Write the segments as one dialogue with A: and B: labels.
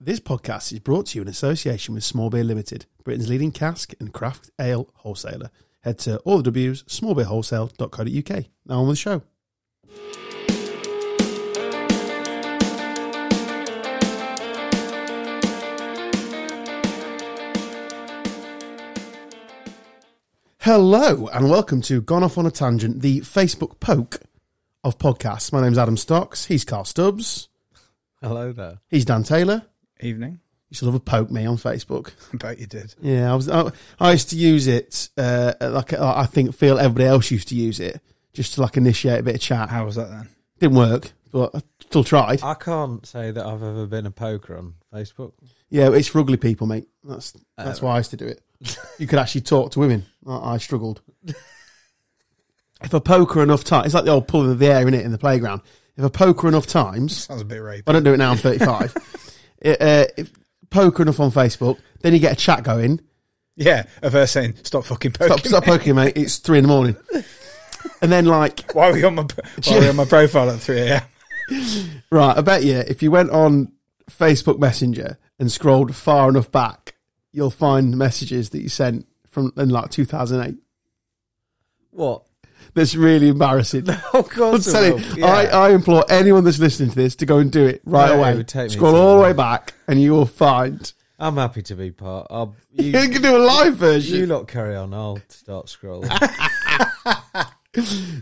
A: This podcast is brought to you in association with Small Beer Limited, Britain's leading cask and craft ale wholesaler. Head to all the W's, smallbeerwholesale.co.uk. Now on with the show. Hello, and welcome to Gone Off on a Tangent, the Facebook poke of podcasts. My name's Adam Stocks. He's Carl Stubbs.
B: Hello there.
A: He's Dan Taylor.
C: Evening.
A: You should have a poke me on Facebook.
C: I bet you did.
A: Yeah, I was. I, I used to use it. Uh, like uh, I think, feel everybody else used to use it just to like initiate a bit of chat.
C: How was that then?
A: Didn't work, but I still tried.
B: I can't say that I've ever been a poker on Facebook.
A: Yeah, it's for ugly people, mate. That's that's why I used to do it. you could actually talk to women. I, I struggled. if I poker enough times, it's like the old pulling of the air in it in the playground. If I poker enough times,
C: Sounds a bit rapey.
A: I don't do it now. I'm 35. it, uh, if, poker enough on Facebook, then you get a chat going.
C: Yeah, of her saying, "Stop fucking poking."
A: Stop, stop poking, mate. It's three in the morning. And then like
C: me. Why are we on my Why are we on my profile at three a.m.?
A: Right, I bet you if you went on Facebook Messenger and scrolled far enough back, you'll find messages that you sent from in like 2008.
B: What?
A: That's really embarrassing.
B: Oh God!
A: I'm telling you, I, I implore anyone that's listening to this to go and do it right
B: Yeah, it
A: away.
B: would take me
A: Scroll
B: to
A: all the
B: the
A: way
B: right.
A: back, and you will find.
B: am happy to be part. I'll,
A: You
B: you,
A: can do a live
B: you
A: version.
B: lot carry on. I'll start scrolling.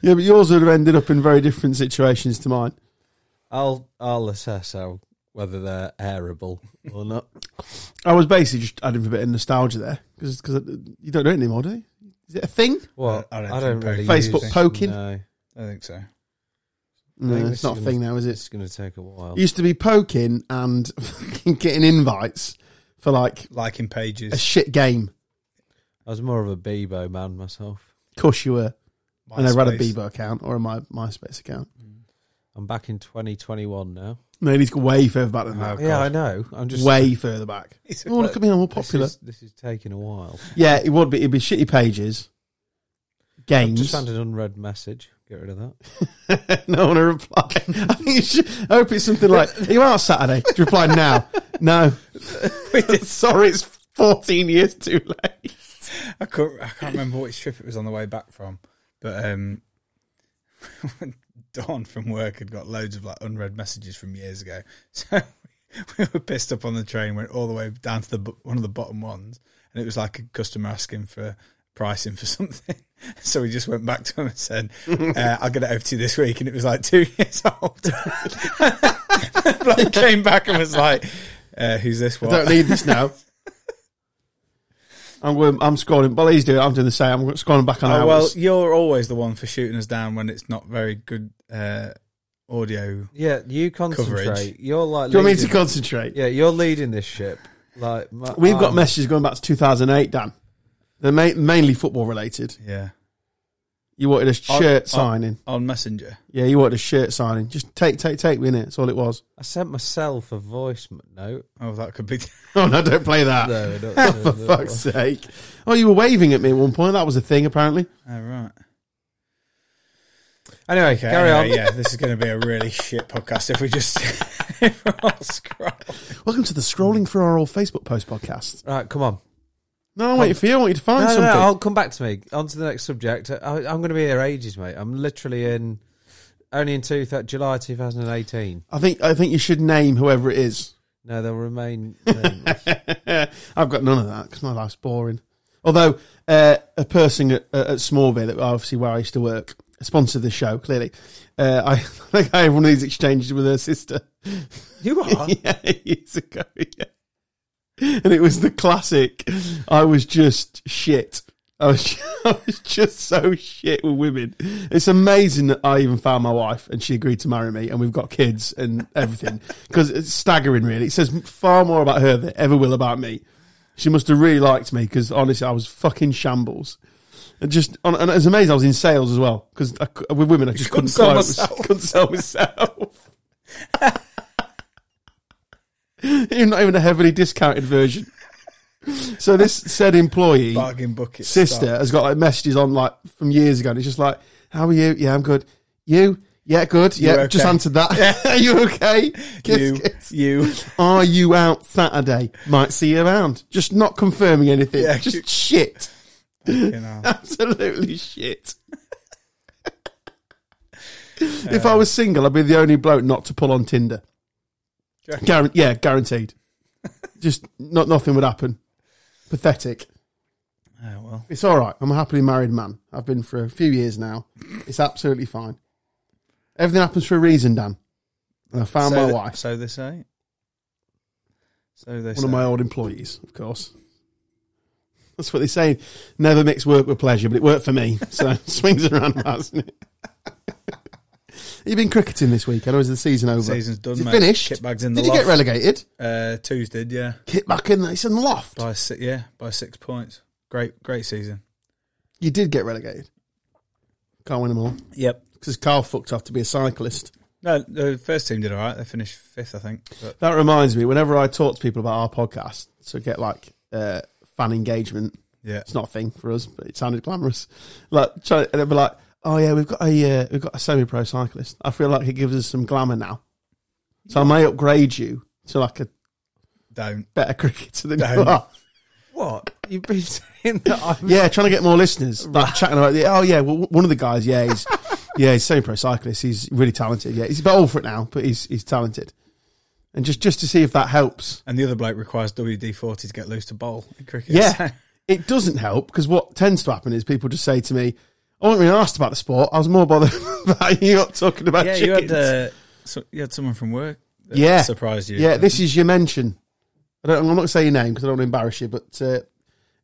A: Yeah, but yours would have ended up in very different situations to mine.
B: I'll I'll assess how whether they're airable or not.
A: I was basically just adding a bit of nostalgia there because you don't do it anymore, do you? Is it a thing?
B: What?
C: I
B: I
C: don't
B: don't,
C: think
B: really
A: Facebook
B: use it.
A: poking?
B: No,
C: I think so.
A: No,
B: think
A: it's
B: this
A: not a
B: is
A: thing now, is it?
B: it's going to take a while.
A: used to be poking and fucking getting invites for like
C: Liking
A: a
C: pages.
A: shit game.
B: I was more of a Bebo man myself.
A: Of course you were. And I ran a
C: MySpace.
A: Bebo account or a My MySpace account.
B: I'm back in 2021 now.
A: No, he's way further back than that.
B: yeah, I know. I'm just
A: way further back.
C: It's a-
A: Oh, look at me, I'm more
B: This
A: popular.
B: is, this is taking a while.
A: Yeah, it would be. It'd be shitty pages, games.
B: Just found an unread message. Get rid of that.
A: no one to reply. I think you should. I hope it's something like, "Are you out Saturday?" Do you reply now? no. Sorry, it's fourteen years too late.
C: I can't, I can't remember which trip it was on the way back from, but um, Dawn from work had got loads of like unread messages from years ago, so we were pissed up on the train. Went all the way down to the bo- one of the bottom ones, and it was like a customer asking for pricing for something. So we just went back to him and said, uh, "I'll get it over to you this week," and it was like two years old. Bloke came back and was like, uh, "Who's this
A: I
C: one?"
A: don't need this now. I'm going, I'm scrolling. Well, he's doing. it. I'm doing the same. I'm scrolling back on
C: Oh,
A: hours.
C: well, you're always the one for shooting us down when it's not very good uh, audio.
B: Yeah, you concentrate.
C: Coverage.
B: You're like.
A: Do you want me to
B: leading-
A: concentrate?
B: Yeah, Oh. you're leading this ship. Like my, um,
A: We've got
B: I'm-
A: messages going back to 2008, Dan. They're ma- mainly football related.
C: Yeah.
A: You wanted a
B: Oh,
A: shirt
C: I-
A: signing.
C: On Messenger.
A: Yeah, you wanted a shirt signing. Just take, take, take me in it. That's all it was.
B: I sent myself a voice m- note.
C: Oh, that could be.
A: Oh no, don't play that. Oh,
B: No, I don't-
A: For fuck's sake. Oh, you were waving at me at one point. That was a thing, apparently.
C: Oh, right.
B: Anyway,
C: Okay,
B: carry on.
C: anyway, Yeah, this is going to be a really shit podcast if we just if we're all scroll.
A: Welcome to the scrolling through our old Facebook post podcast.
B: Right, come on.
A: No, I'm waiting for you. I want you to find
B: Oh. No, no,
A: something.
B: no, I'll come back to me. On to the next subject. I, I'm going to be here ages, mate. I'm literally in only in two th- July 2018.
A: I think, I think you should name whoever it is.
B: No, they'll remain. nameless.
A: I've got none of that because my life's boring. Although uh, a person at, at Smallby, that obviously where I used to work, sponsored the show. Clearly, uh, I think I had one of these exchanges with her sister
B: you are.
A: yeah, years ago. Yeah. And it was the classic. I was just shit. I was, I was just so shit with women. It's amazing that I even found my wife and she agreed to marry me and we've got kids and everything. Because it's staggering, really. It says far more about her than it ever will about me. She must have really liked me because honestly, I was fucking shambles. And just, on, and it was amazing. I was in sales as well because with women, I just couldn't,
C: couldn't sell
A: close.
C: myself.
A: Couldn't sell myself. You're not even a heavily discounted version. So this said employee
C: Bargain bucket.
A: sister
C: style.
A: has got like messages on like from years ago, and it's just like, "How are you? Yeah, I'm good. You? Yeah, good. Yeah,
C: You
A: just
C: okay?
A: answered that. Are you okay? Kiss,
C: you,
A: kiss.
C: you.
A: Are you out Saturday? Might see you around. Just not confirming anything.
C: Yeah.
A: Just shit.
C: you know.
A: Absolutely shit. if I was single, I'd be the only bloke not to pull on Tinder.
C: Do you reckon?
A: Guaran- yeah, guaranteed. Just not nothing would happen. Pathetic.
C: Oh well.
A: It's all right. I'm a happily married man. I've been for a few years now. It's absolutely fine. Everything happens for a reason, Dan. And I found
C: so
A: my
C: th-
A: wife,
C: So they say. So they
A: one
C: say.
A: of my old employees, of course. That's what they say. Never mix work with pleasure, but it worked for me. So swings and roundabouts, isn't it? You've been cricketing this weekend, or is the season over?
C: season's done.
A: Is it
C: mate.
A: finished?
C: Kit bags in the
A: Did you get
C: loft.
A: relegated?
C: uh, Two's did, yeah.
A: Kit back in. It's in the loft.
C: By six, yeah, by six points. Great, great season.
A: You did get relegated. Can't win them all
C: Yep.
A: because Carl fucked off to be a cyclist.
C: No, the first team did all right. They finished fifth, I think. But
A: That reminds me, whenever I talk to people about our podcast, so get like uh, fan engagement,
C: yeah,
A: it's not a thing for us, but it sounded glamorous. Like, try, and they'll be like, "Oh yeah, we've got a uh, we've got a semi-pro cyclist." I feel like it gives us some glamour now, so I may upgrade you to like a
C: don't.
A: better cricketer than you
C: Don't.
A: are.
B: What you've been saying that I'm
A: Yeah, trying to get more listeners, like chatting about. The, oh yeah, well, one of the guys, yeah, he's yeah, he's semi-pro cyclist. He's really talented. Yeah, he's a bit old for it now, but he's he's talented. And just just to see if that helps.
C: And the other bloke requires WD forty to get loose to bowl in cricket.
A: Yeah. It doesn't help because what tends to happen is people just say to me, I wasn't really asked about the sport. I was more bothered about you not talking about
C: yeah. You
A: chickens.
C: had uh, so you had someone from work. That
A: Yeah.
C: surprised you.
A: yeah, this is your mention. I don't, I'm not going to say your name because I don't want to embarrass you, but uh,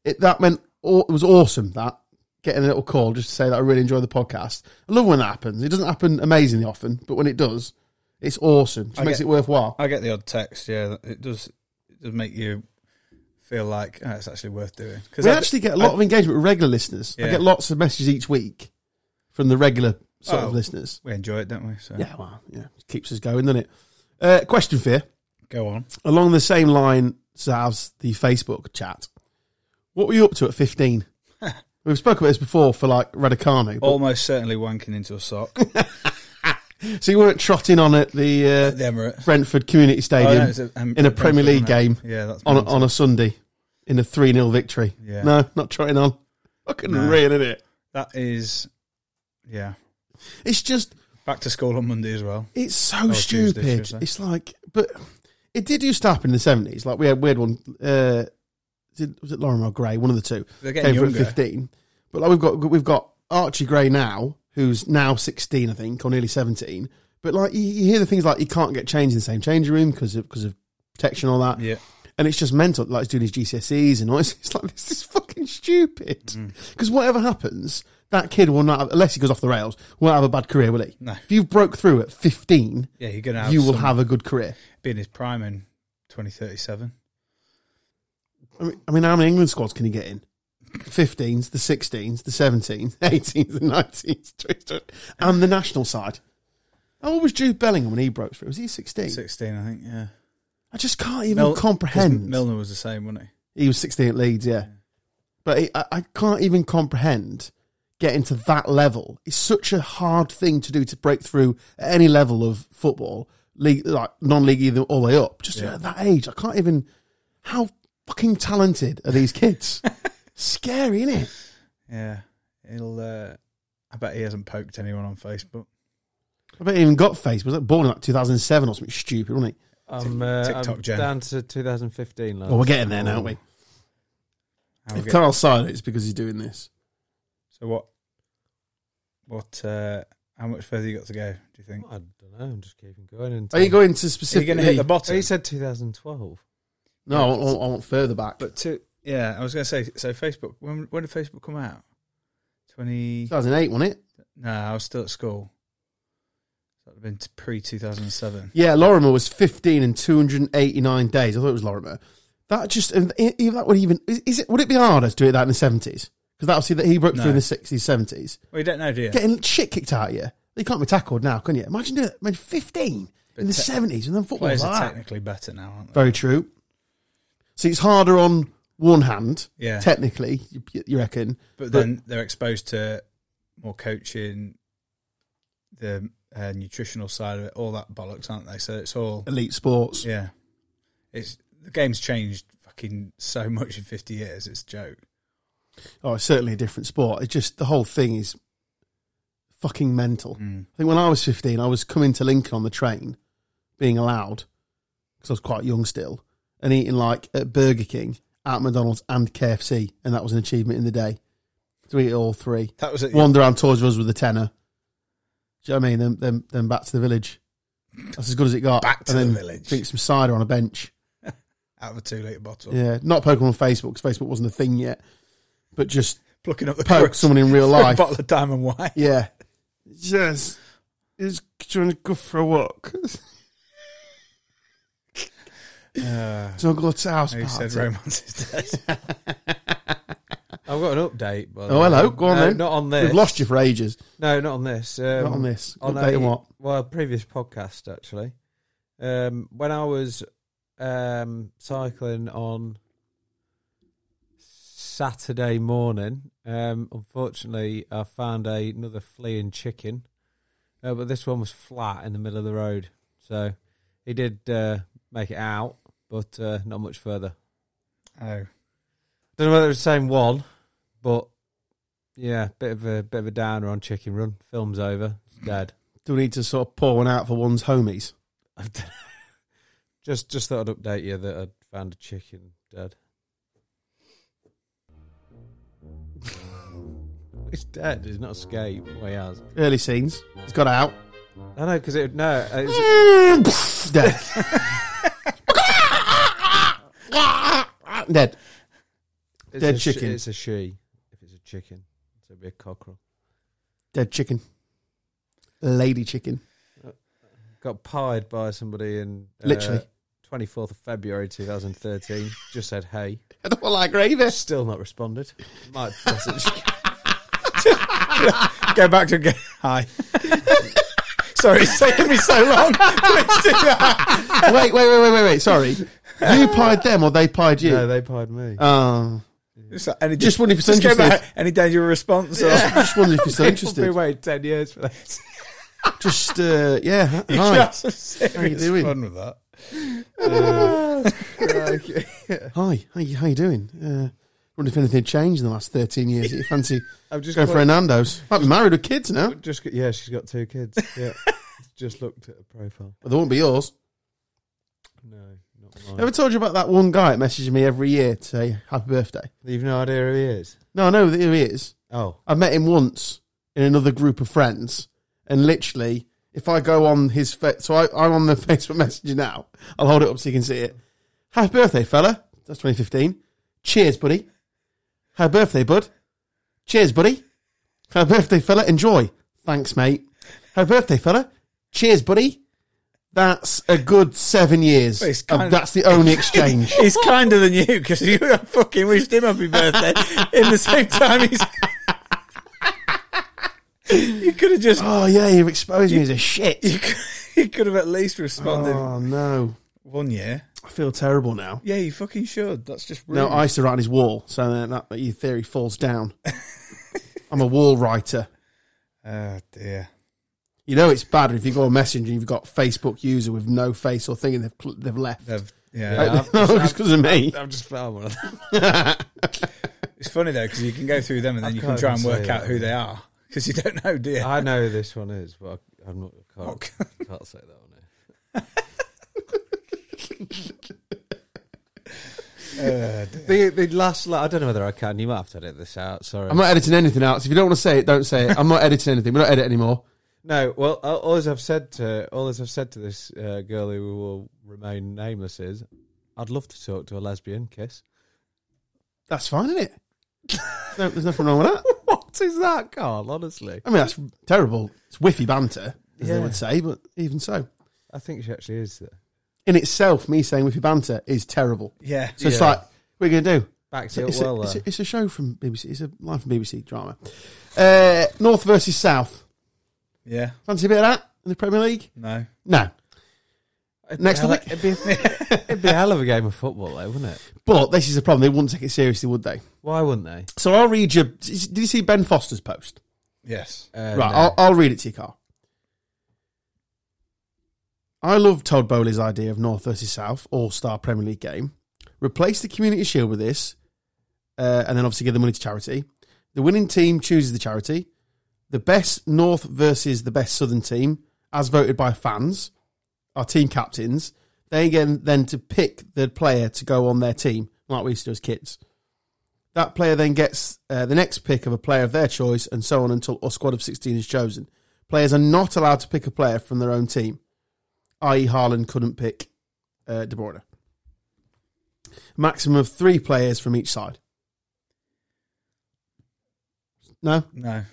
A: it, that meant aw- it was awesome that getting a little call just to say that I really enjoy the podcast. I love when that happens. It doesn't happen amazingly often, but when it does, it's awesome. It just
C: I
A: makes
C: get-
A: it worthwhile.
C: I get the odd text. Yeah, that- it does. It does make you feel like oh, it's actually worth doing. Because
A: we actually get a lot of engagement with regular listeners. I
C: Yeah.
A: get lots of messages each week from the regular sort
C: Oh.
A: of listeners.
C: we enjoy it, don't we? So
A: Yeah, well, yeah, keeps us going, doesn't it? Uh, question for you.
C: go on.
A: Along the same line as the Facebook chat, what were you up to at 15? We've spoken about this before for like Radicano. but-
C: Almost certainly wanking into a sock. Oh.
A: so you weren't trotting on at the uh,
C: the Emirates.
A: Brentford Community
C: Oh, no,
A: Stadium
C: it's a- um,
A: in a Premier
C: Brentford,
A: League
C: isn't
A: game
C: it? Yeah, that's
A: on, a, on a Sunday in a 3 0 victory.
C: Yeah.
A: No, not trotting on. Fucking
C: No.
A: real, isn't it?
C: that is yeah.
A: It's just,
C: Back to school on Monday as well.
A: it's so
C: Oh, Tuesday,
A: stupid.
C: should I say.
A: it's like, but it did used to happen in the 70s. Like we had, we had one, uh, did, was it Lauren or Gray? One of the two.
C: They're
A: came
C: getting
A: for at
C: younger.
A: 15. But like we've got we've got Archie Gray now, who's now 16, I think, or nearly 17. But like you, you hear the things like he can't get changed in the same changing room because of because of protection and all that,
C: Yeah,
A: and it's just mental. Like he's doing his GCSEs and all. It's, it's like this is fucking stupid.
C: Mm.
A: Because whatever happens, that kid will not, have, unless he goes off the rails, won't have a bad career, will he?
C: No.
A: If you've broke through at 15,
C: yeah. You're gonna have
A: you will
C: some-
A: have a good career.
C: be in his prime in 2037.
A: I mean, I mean, how many England squads can you get in? 15s, the 16s, the 17s, 18s, the 19s, 20s, and the national side. How old was Jude Bellingham when he broke through? Was he 16?
C: 16, I think. Yeah.
A: I just can't even
C: Mil- 'cause
A: comprehend.
C: Milner was the same, wasn't he?
A: he was 16 at Leeds, yeah. But he, I, I can't even comprehend getting to that level. It's such a hard thing to do to break through at any level of football, league, like non-league either all the way up. Just
C: Yeah.
A: at that age, I can't even. How fucking talented are these kids? Scary, innit?
C: Yeah. He'll. Uh, I bet he hasn't poked anyone on Facebook.
A: I bet he even got face. Was that born in like 2007 or something stupid, wasn't he?
B: I'm, uh,
C: TikTok
B: I'm
C: gen.
B: down to 2015. Lads.
A: Well, we're getting there now,
C: Oh,
A: aren't we?
C: How
A: If
C: we get-
A: Carl's silent, it's because he's doing this.
C: so what? What? Uh, how much further you got to go? Do you think?
B: I don't know. I'm just keeping going. And
A: Are you going to
C: Are you
A: specifically?
C: going to hit the bottom?
B: He said 2012.
A: no, I want, I want- I want further back.
C: But to yeah, I was going to say. So Facebook. When when did Facebook come out? Twenty.
A: 2008, wasn't it?
C: No, I was still at school. That would have been pre two thousand seven.
A: Yeah, Lorimer was 15 and 289 days. I thought it was Lorimer. That just and e- even that would even is, is it would it be harder to do it that in the 70s? Because that'll see that he broke
C: No.
A: through in the 60s, 70s,
C: Well, you don't know, do you?
A: getting shit kicked out of you. You can't be tackled now, can you? Imagine doing that. Imagine 15 in the
C: te-
A: 70s and then football.
C: Players
A: like
C: are
A: that.
C: technically better now, aren't they?
A: Very true. So it's harder on one hand,
C: Yeah.
A: technically, you, you reckon.
C: but then they're exposed to more coaching, the uh, nutritional side of it, all that bollocks, aren't they? So it's all
A: Elite Sports.
C: yeah. It's the game's changed fucking so much in fifty years. It's a joke.
A: Oh, it's certainly a different sport. It just the whole thing is fucking mental.
C: Mm.
A: I think when I was fifteen, I was coming to Lincoln on the train, being allowed because I was quite young still, and eating like at Burger King, at McDonald's, and KFC, and that was an achievement in the day. To eat all three,
C: That was it.
A: wander around Toys R Us with a tenner. Do you know what I mean? Then, then, then back to the village. That's as good as it got.
C: Back to
A: and
C: the
A: then
C: village.
A: Drink some cider on a bench.
C: out of a two litre bottle.
A: Yeah, not poking on Facebook because Facebook wasn't a thing yet, but just
C: Plucking up the
A: poke
C: corks
A: someone in real
C: for a
A: life.
C: bottle of diamond wine.
A: Yeah. Yes. Is trying to go for a walk.
C: Uh,
A: So I go to house
C: who said
A: party.
C: romance is dead?
B: I've got an update. By the
A: Oh,
B: way.
A: hello. Go on
B: no,
A: then.
B: Not on this.
A: We've lost you for ages.
B: No, not on this. Um,
A: Not on this.
B: on
A: Update
B: a-
A: on what?
B: Well, previous podcast actually. Um, when I was um, cycling on Saturday morning, um, unfortunately, I found a, another fleeing chicken, uh, but this one was flat in the middle of the road. So he did uh, make it out, but uh, not much further.
C: Oh,
B: Don't know whether it was the same one, but yeah, bit of a bit of a downer on Chicken Run. Film's over. It's dead.
A: Do we need to sort of pour one out for one's homies?
B: I've done- just just thought I'd update you that I'd found a chicken dead. it's dead. It's not escaped. Well, he has.
A: Early scenes. He's got out.
B: I know because it no. It's,
A: Dead. Dead.
B: it's
A: Dead
B: a she-
A: chicken.
B: it's a she. If it's a chicken, so it'd be a cockerel.
A: Dead chicken. Lady chicken.
B: Got pied by somebody in
A: Literally.
B: twenty fourth of February two thousand thirteen. just said hey.
A: I don't want like gravy.
B: Still not responded. Might message.
C: go back to again. Hi. Sorry, it's taken me so long. Please do that.
A: wait, wait, wait, wait, wait, wait. Sorry. You pied them or they pied you?
B: no, they pied me.
A: Oh.
C: It's like, any,
A: Just wondering if it's
C: just go
A: interested.
C: back. Any danger of response? Or,
A: I just wondered if you're still
B: People
A: interested.
B: be waiting ten years for that.
A: Just, uh, yeah.
C: You
A: Hi.
C: should have some serious
A: doing?
C: fun with that.
A: Hi. How you, how you doing? Uh, wonder if anything had changed in the last 13 years. You fancy
B: I'm just
A: going for
B: quite-
A: Hernando's? Might be married with kids now.
B: Just got- yeah, she's got two kids. Yeah, just looked at her profile.
A: But they won't be yours.
B: No, not mine.
A: Ever told you about that one guy that messages me every year to say happy birthday?
B: You've no idea who he is.
A: No, I know who he is.
B: Oh,
A: I met him once in another group of friends, and literally, if I go on his fa- so I, I'm on the Facebook Messenger now. I'll hold it up so you can see it. Happy birthday, fella. That's 2015. Cheers, buddy. Happy birthday, bud. Cheers, buddy. Happy birthday, fella. Enjoy. Thanks, mate. Happy birthday, fella. Cheers, buddy. That's a good seven years.
C: But it's
A: of-
C: kind of-
A: that's the only exchange.
C: He's kinder than you because you fucking wished him happy birthday in the same time he's. you could have just.
A: oh yeah, you've exposed me as a shit.
C: You could, you could have at least responded
A: Oh no,
C: one year.
A: I feel terrible now.
C: Yeah, you fucking should. That's just rude.
A: No, I used to write on his wall, so then that that your theory falls down. I'm a wall writer.
C: Oh dear.
A: You know it's bad if you go on Messenger and you've got Facebook user with no face or thing and they've, cl- they've left.
C: They've- yeah.
B: Yeah.
A: no, it's because of me.
B: I've just found one.
C: It's funny though because you can go through them and then
B: I
C: you can
B: can't
C: try and
B: even
C: work
B: say
C: out
B: that.
C: who they are because you don't know, do you?
B: I know who this one is, but I, I'm not. I Can't, can't say that on here.
C: Uh,
B: The, the last, la- I don't know whether I can. You might have to edit this out. Sorry.
A: I'm not editing anything else. If you don't want to say it, don't say it. I'm not editing anything. We don't edit anymore.
B: no, well, all- all as I've said to all as I've said to this uh, girl who will remain nameless is, I'd love to talk to a lesbian. Kiss.
A: That's fine, isn't it? No, there's nothing wrong with that.
B: What is that, Carl? Honestly,
A: I mean, that's terrible. It's whiffy banter, as
B: Yeah.
A: they would say, but even so.
B: I think she actually is. There.
A: In itself, me saying whiffy banter is terrible.
C: yeah.
A: So it's
B: Yeah.
A: like, what are you going to do?
B: Back to
A: It's
B: it uh.
A: a,
B: well.
A: it's,
B: there.
A: a, it's a show from BBC. It's a line from BBC drama. Uh, North versus South.
C: Yeah.
A: Fancy a bit of that in the Premier League?
C: No.
A: No.
B: uh, It'd
A: Next
B: be a
A: week.
B: hell- it'd be, a- it'd be a hell of a game of football, though, wouldn't it?
A: But this is the problem. They wouldn't take it seriously, would they?
B: Why wouldn't they?
A: So I'll read you. Did you see Ben Foster's post?
C: Yes.
B: Uh,
A: right.
B: no.
A: I'll, I'll read it to you, Carl. I love Todd Bowley's idea of North versus South All Star Premier League game. Replace the Community Shield with this, uh, and then obviously give the money to charity. The winning team chooses the charity. The best North versus the best Southern team, as voted by fans, our team captains. They again then to pick the player to go on their team, like we used to do as kids. That player then gets uh, the next pick of a player of their choice, and so on until a squad of 16 is chosen. Players are not allowed to pick a player from their own team, i.e., Haaland couldn't pick uh, De Bruyne. Maximum of three players from each side. No?
C: No.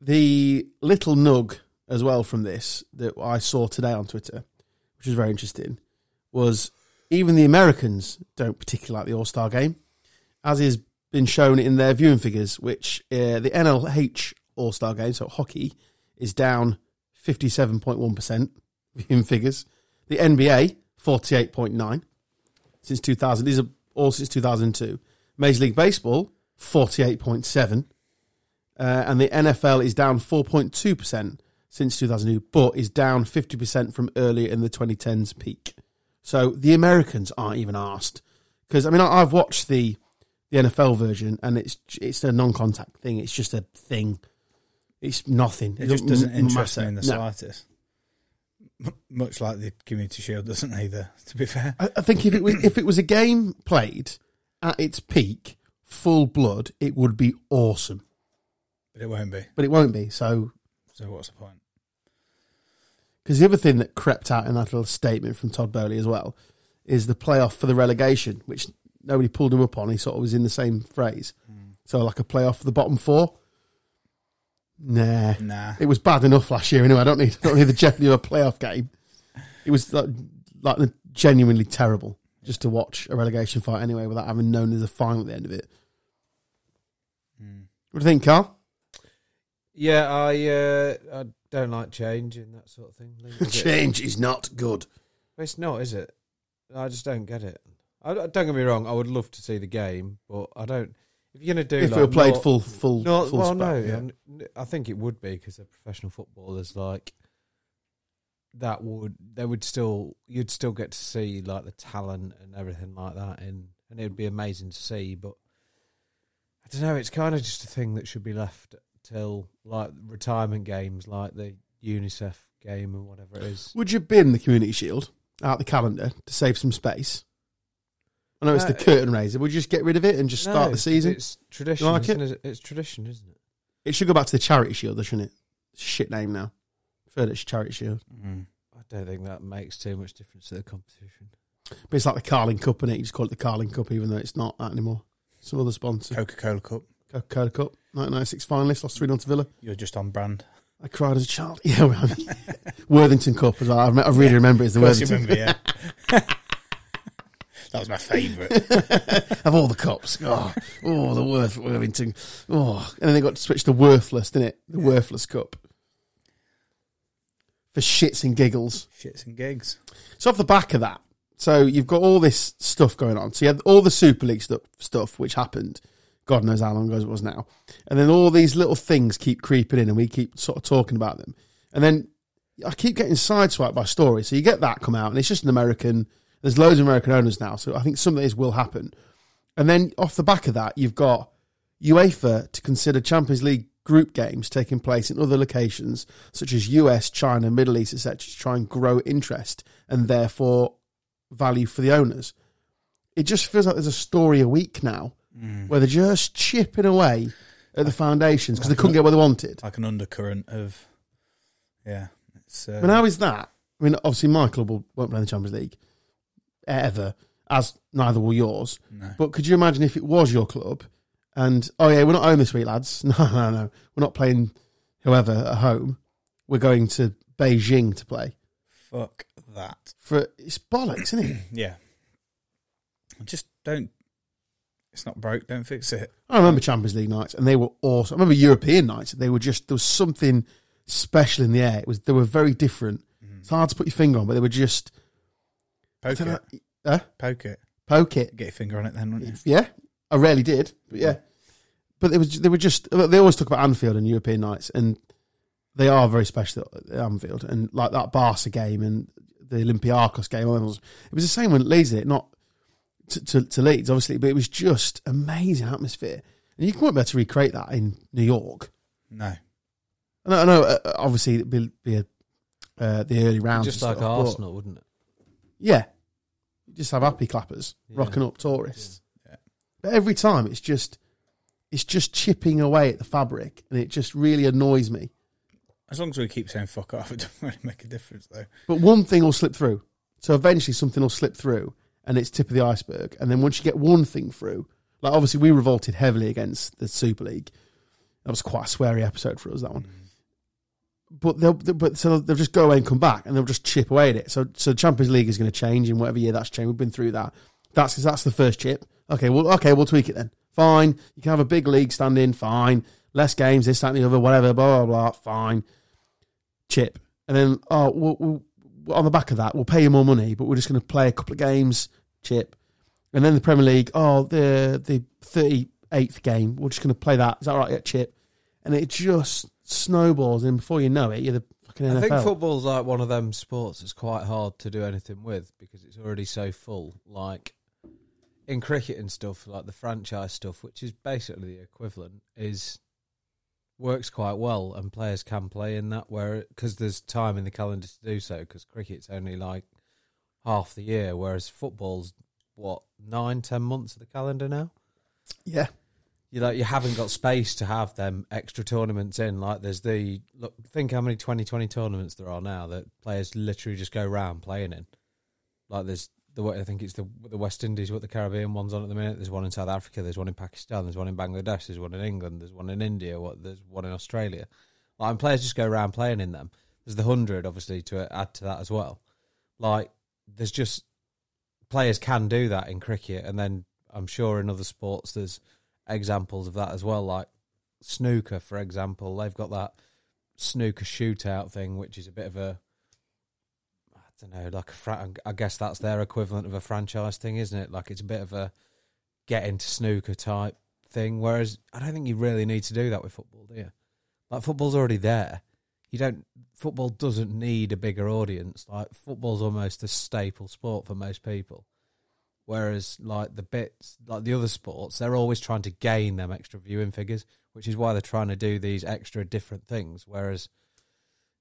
A: the little nug as well from this that I saw today on Twitter, which was very interesting, was even the Americans don't particularly like the All Star game, as is been shown in their viewing figures, which uh, the NLH All Star game, so hockey, is down 57.1% viewing figures. The NBA, 48.9 since 2000. These are all since 2002. Major League Baseball, 48.7 uh, and the NFL is down 4.2% since 2002, but is down 50% from earlier in the 2010s peak. So the Americans aren't even asked because I mean I, I've watched the the NFL version and it's it's a non-contact thing. It's just a thing. It's nothing.
C: It just doesn't interest me in the
A: No.
C: slightest. M- much like the Community Shield doesn't either, to be fair.
A: I, I think if it was if it was a game played at its peak, full blood, it would be awesome.
C: But it won't be.
A: But it won't be. So
C: So what's the point?
A: Because the other thing that crept out in that little statement from Todd Bowley as well is the playoff for the relegation, which nobody pulled him up on. He sort of was in the same phrase. So, like a playoff for the bottom four? Nah.
C: Nah.
A: It was bad enough last year anyway. I don't need, I don't need the jeopardy of a playoff game. It was like, like genuinely terrible just to watch a relegation fight anyway without having known there's a final at the end of it.
C: Mm.
A: What do you think, Carl?
B: Yeah, I uh, I don't like change and that sort of thing. Leave it as it is.
A: Change is not good.
B: It's not, is it? I just don't get it. I, don't get me wrong. I would love to see the game, but I don't. If you're going to do,
A: If
B: like,
A: it were played
B: Nor-
A: full, full,
B: Nor-
A: full
B: well,
A: spec,
B: no,
A: yeah.
B: and I think it would be because they're professional footballers. Like that would they would still you'd still get to see like the talent and everything like that, and and it would be amazing to see. But I don't know. It's kind of just a thing that should be left till like retirement games, like the UNICEF game and whatever it is.
A: Would you bin the community shield out the calendar to save some space? I know it's the
B: No.
A: curtain raiser. Would you just get rid of it and just start
B: Uh, No,
A: the season?
B: It's tradition.
A: You like
B: isn't it? It's tradition, isn't it?
A: It should go back to the charity shield, though, shouldn't it? Shit name now. Prefer it's charity shield,
C: Mm.
B: I don't think that makes too much difference to the competition.
A: but it's like the Carling Cup, and it you just call it the Carling Cup, even though it's not that anymore. Some other sponsor,
C: Coca Cola Cup.
A: Coca Cola Cup, 1996 finalist, lost three 0 to Villa.
C: You're just on brand.
A: I cried as a child. Yeah, well, Worthington Cup as well. I, rem- I really remember it as the
C: Of course you
A: Worthington.
C: remember, yeah. that was my favourite.
A: of all the cops. Oh, oh the worth Worthington. Oh, and then they got switched to worthless, didn't it? The worthless cup for shits and giggles.
C: Shits and gigs.
A: So off the back of that, so you've got all this stuff going on. So you had all the Super League stuff, stuff which happened. God knows how long ago it was now. And then all these little things keep creeping in, and we keep sort of talking about them. And then I keep getting sideswiped by stories. So you get that come out, and it's just an American. There's loads of American owners now, so I think some of these will happen. And then off the back of that, you've got UEFA to consider Champions League group games taking place in other locations such as US, China, Middle East, etc., to try and grow interest and therefore value for the owners. It just feels like there's a story a week now
C: Mm.
A: where they're just chipping away at the foundations because they couldn't get what they wanted.
C: Like an undercurrent of. Yeah. It's, uh,
A: I mean, how is that? I mean, obviously, my club will, won't play in the Champions League ever, as neither will yours.
C: no.
A: But could you imagine if it was your club and, oh, yeah, we're not home this week, lads. No, no, no. We're not playing whoever at home. We're going to Beijing to play.
C: Fuck that.
A: For It's bollocks, isn't it?
C: Yeah. Just don't. It's not broke, don't fix it.
A: I remember Champions League nights and they were awesome. I remember European nights. They were just, there was something special in the air. It was, they were very different.
C: Mm-hmm.
A: It's hard to put your finger on, but they were just,
C: Poke it.
A: uh,
C: Poke it.
A: poke it.
C: Get your finger on it then, wouldn't you?
A: Yeah, I rarely did, but yeah. But they was they were just they always talk about Anfield and European nights, and they are very special at Anfield, and like that Barca game and the Olympiacos game, it was, it was the same when Leeds did it, not to, to, to Leeds, obviously, but it was just amazing atmosphere, and you can't be able to recreate that in New York.
C: No.
A: And I know, uh, uh, obviously, it'd be, be a, uh, the early rounds,
B: Just
A: and
B: like
A: stuff, but-
B: Arsenal, wouldn't it?
A: yeah, you just have happy clappers
B: Yeah.
A: rocking up tourists.
C: Yeah.
A: But every time, it's just it's just chipping away at the fabric, and it just really annoys me.
C: As long as we keep saying fuck off, it doesn't really make a difference, though.
A: But one thing will slip through. So eventually something will slip through and it's tip of the iceberg. And then once you get one thing through, like obviously we revolted heavily against the Super League. That was quite a sweary episode for us, that one. But they'll, they- but so they'll just go away and come back and they'll just chip away at it. So so the Champions League is going to change in whatever year that's changed. We've been through that. That's that's the first chip. Okay, well okay, we'll tweak it then. Fine. You can have a big league stand in, fine. Less games, this, that, and the other, whatever, blah, blah, blah, fine. Chip. And then, oh, we'll, we'll, on the back of that, we'll pay you more money, but we're just going to play a couple of games, chip. And then the Premier League, oh, the the 38th game, we're just going to play that. Is that right? Yeah, chip. And it just snowballs, and before you know it, you're the fucking NFL.
B: I think football's like one of them sports that's quite hard to do anything with because it's already so full. Like in cricket and stuff, like the franchise stuff, which is basically the equivalent, is works quite well and players can play in that where because there's time in the calendar to do so because cricket's only like half the year whereas football's what nine ten months of the calendar now
A: yeah.
B: you like you haven't got space to have them extra tournaments in. Like there's the look, think how many 2020 tournaments there are now that players literally just go round playing in. Like there's the way I think it's the the West Indies, what the Caribbean ones on at the minute. There's one in South Africa. There's one in Pakistan. There's one in Bangladesh. There's one in England. There's one in India. What there's one in Australia. Like and players just go round playing in them. There's the hundred obviously to add to that as well. Like there's just players can do that in cricket, and then I'm sure in other sports there's examples of that as well. Like snooker, for example, they've got that snooker shootout thing, which is a bit of a, I don't know, like a fra- I guess that's their equivalent of a franchise thing, isn't it? Like it's a bit of a get into snooker type thing. Whereas I don't think you really need to do that with football, do you? Like football's already there. You don't. Football doesn't need a bigger audience. Like football's almost a staple sport for most people. Whereas, like the bits, like the other sports, they're always trying to gain them extra viewing figures, which is why they're trying to do these extra different things. Whereas,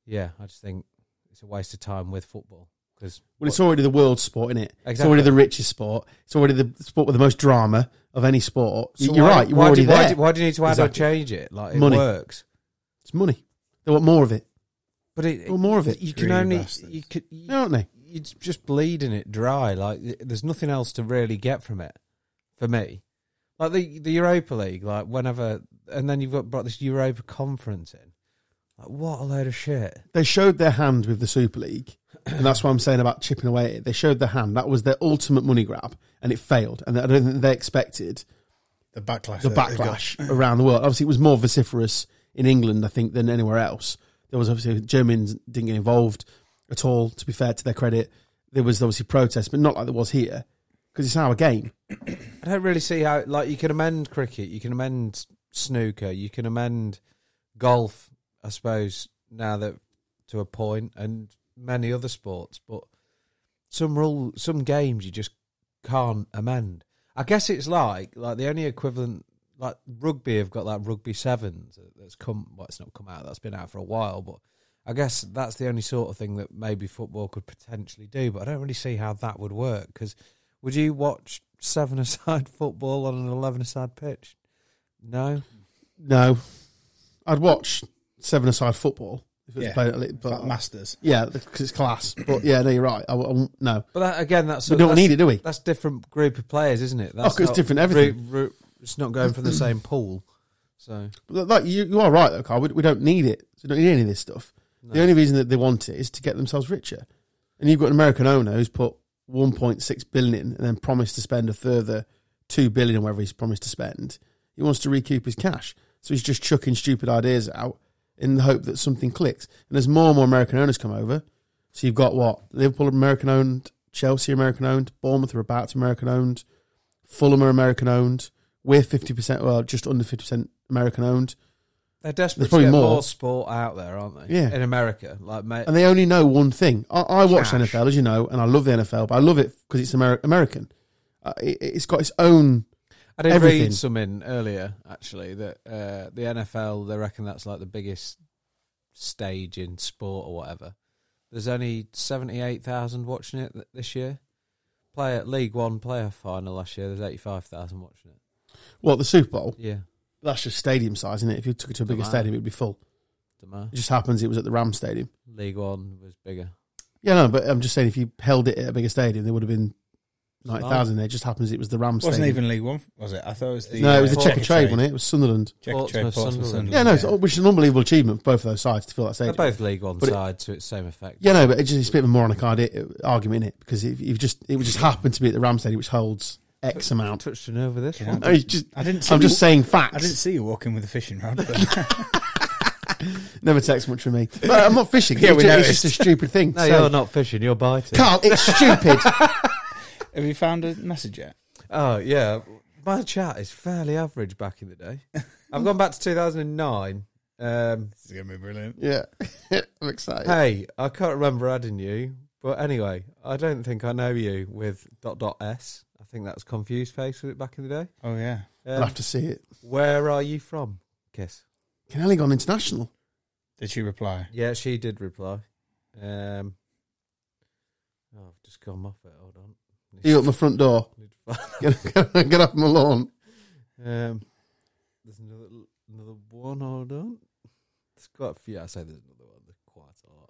B: yeah, I just think it's a waste of time with football because
A: Well, it's already the world's sport, isn't it? It's
B: Exactly.
A: already the richest sport. It's already the sport with the most drama of any sport.
B: So
A: you're
B: why-
A: right. You're
B: why
A: already
B: do,
A: there.
B: Why do, why do you need to add
A: Exactly.
B: or change it? Like it
A: Money.
B: works,
A: it's money. They want more of it.
B: but it,
A: Well, more of it.
B: You can
C: Greedy
B: only
C: bastards.
B: you could you,
A: Don't they?
B: you're just bleeding it dry. Like th- there's nothing else to really get from it, for me. Like the the Europa League, like whenever, and then you've got brought this Europa Conference in. Like what a load of shit!
A: they showed their hand with the Super League, and that's what I'm saying about chipping away at it. They showed their hand. That was their ultimate money grab, and it failed. And I don't think they expected
C: The backlash.
A: the
C: that they've got.
A: backlash around the world. Obviously, it was more vociferous in England, I think, than anywhere else. There was obviously Germans didn't get involved at all. To be fair to their credit, there was obviously protest, but not like there was here because it's our game.
B: I don't really see how. Like you can amend cricket, you can amend snooker, you can amend golf. I suppose now that to a point, and many other sports, but some rule, some games you just can't amend. I guess it's like like the only equivalent like rugby have got like rugby sevens that's come well it's not come out that's been out for a while but I guess that's the only sort of thing that maybe football could potentially do but I don't really see how that would work because would you watch seven aside football on an eleven aside pitch? No,
A: No, I'd watch seven-a-side football if it was
C: Yeah.
A: played at, Lit-
C: Like
A: but
C: masters.
A: yeah, because it's class. But yeah, no, you're right. I, w- I won't- no,
B: but that, again that's
A: we don't
B: that's-
A: need it, do we?
B: That's different group of players, isn't it? That's
A: 'cause it's
B: not
A: different everything.
B: ru- ru- it's not going from the same pool. So
A: But Like you, you are right though, Carl. We, we don't need it. We don't need any of this stuff. The
B: No.
A: only reason that they want it is to get themselves richer. And you've got an American owner who's put 1.6 billion in and then promised to spend a further 2 billion or whatever he's promised to spend. He wants to recoup his cash, so he's just chucking stupid ideas out in the hope that something clicks. And there's more and more American owners come over. So you've got what Liverpool are American owned, Chelsea are American owned, Bournemouth are about to American owned, Fulham are American owned. We're fifty percent, well, just under fifty percent American owned.
B: They're desperate to
A: probably
B: get more.
A: more.
B: sport out there, aren't they?
A: Yeah.
B: In America, like mate,
A: and they only know one thing. I, I watch
B: Cash.
A: the NFL, as you know, and I love the NFL, but I love it because it's Ameri- American. Uh, it, it's got its own.
B: I did
A: everything.
B: read something earlier actually that uh, the NFL they reckon that's like the biggest stage in sport or whatever. There's only seventy eight thousand watching it th- this year. Play at League One playoff final last year. There's eighty five thousand watching it.
A: Well, the Super Bowl.
B: Yeah,
A: That's just stadium size, isn't it? If you took it to a bigger
B: Wow.
A: stadium, it'd be full.
B: don't matter.
A: It just happens it was at the Ram Stadium.
B: League One was bigger.
A: Yeah, no, but I'm just saying if you held it at a bigger stadium, there would have been ninety thousand. There It just happens it was the Ram
C: It wasn't
A: Stadium.
C: even League One, was it? I thought it was the
A: no, it was the
B: uh,
A: Checker
B: Chequer
A: Trade, wasn't it? It was Sunderland.
C: Checker
B: Portsmouth,
C: Trade, Portsmouth,
B: Sunderland.
C: Sunderland.
A: Yeah, no, it's, which is an unbelievable achievement for both of those sides to fill that
B: They're
A: stadium.
B: both League One
A: But it-
B: sides, so it's same effect.
A: Yeah, no, but it's just it's a bit of a moronic idea, uh, argument, in it? Because if you just it would just happen to be at the Ram Stadium, which holds X amount.
B: Touched an over this
C: Yeah.
B: one.
A: No, you just,
C: I didn't. See
A: I'm just
C: you,
A: saying
C: I didn't
A: facts.
C: see you walking with a fishing rod. but-
A: Never takes much from me. But I'm not fishing.
C: Yeah,
A: it's,
C: we
A: just, it's
C: noticed.
A: just a stupid thing. to
B: No,
A: say.
B: you're not fishing. You're biting.
A: Carl, it's stupid.
C: Have you found a message yet?
B: Oh yeah, my chat is fairly average back in the day. I've gone back to 2009. Um,
C: This is gonna be brilliant.
A: yeah, I'm excited.
B: hey, I can't remember adding you, but anyway, I don't think I know you with dot dot s. I think that was confused face with it back in the day.
C: Oh yeah.
A: I'll
B: Um,
A: have to see it.
B: where are you from? Kiss.
A: Can Ellie gone international?
C: Did she reply?
B: Yeah, she did reply. Um, oh, I've just gone off it. Hold on.
A: You at my front door.
B: Need to find-
A: Get, get, get off my lawn.
B: Um, there's another another one. Hold on, there's quite a few. I say there's another one. There's quite a lot.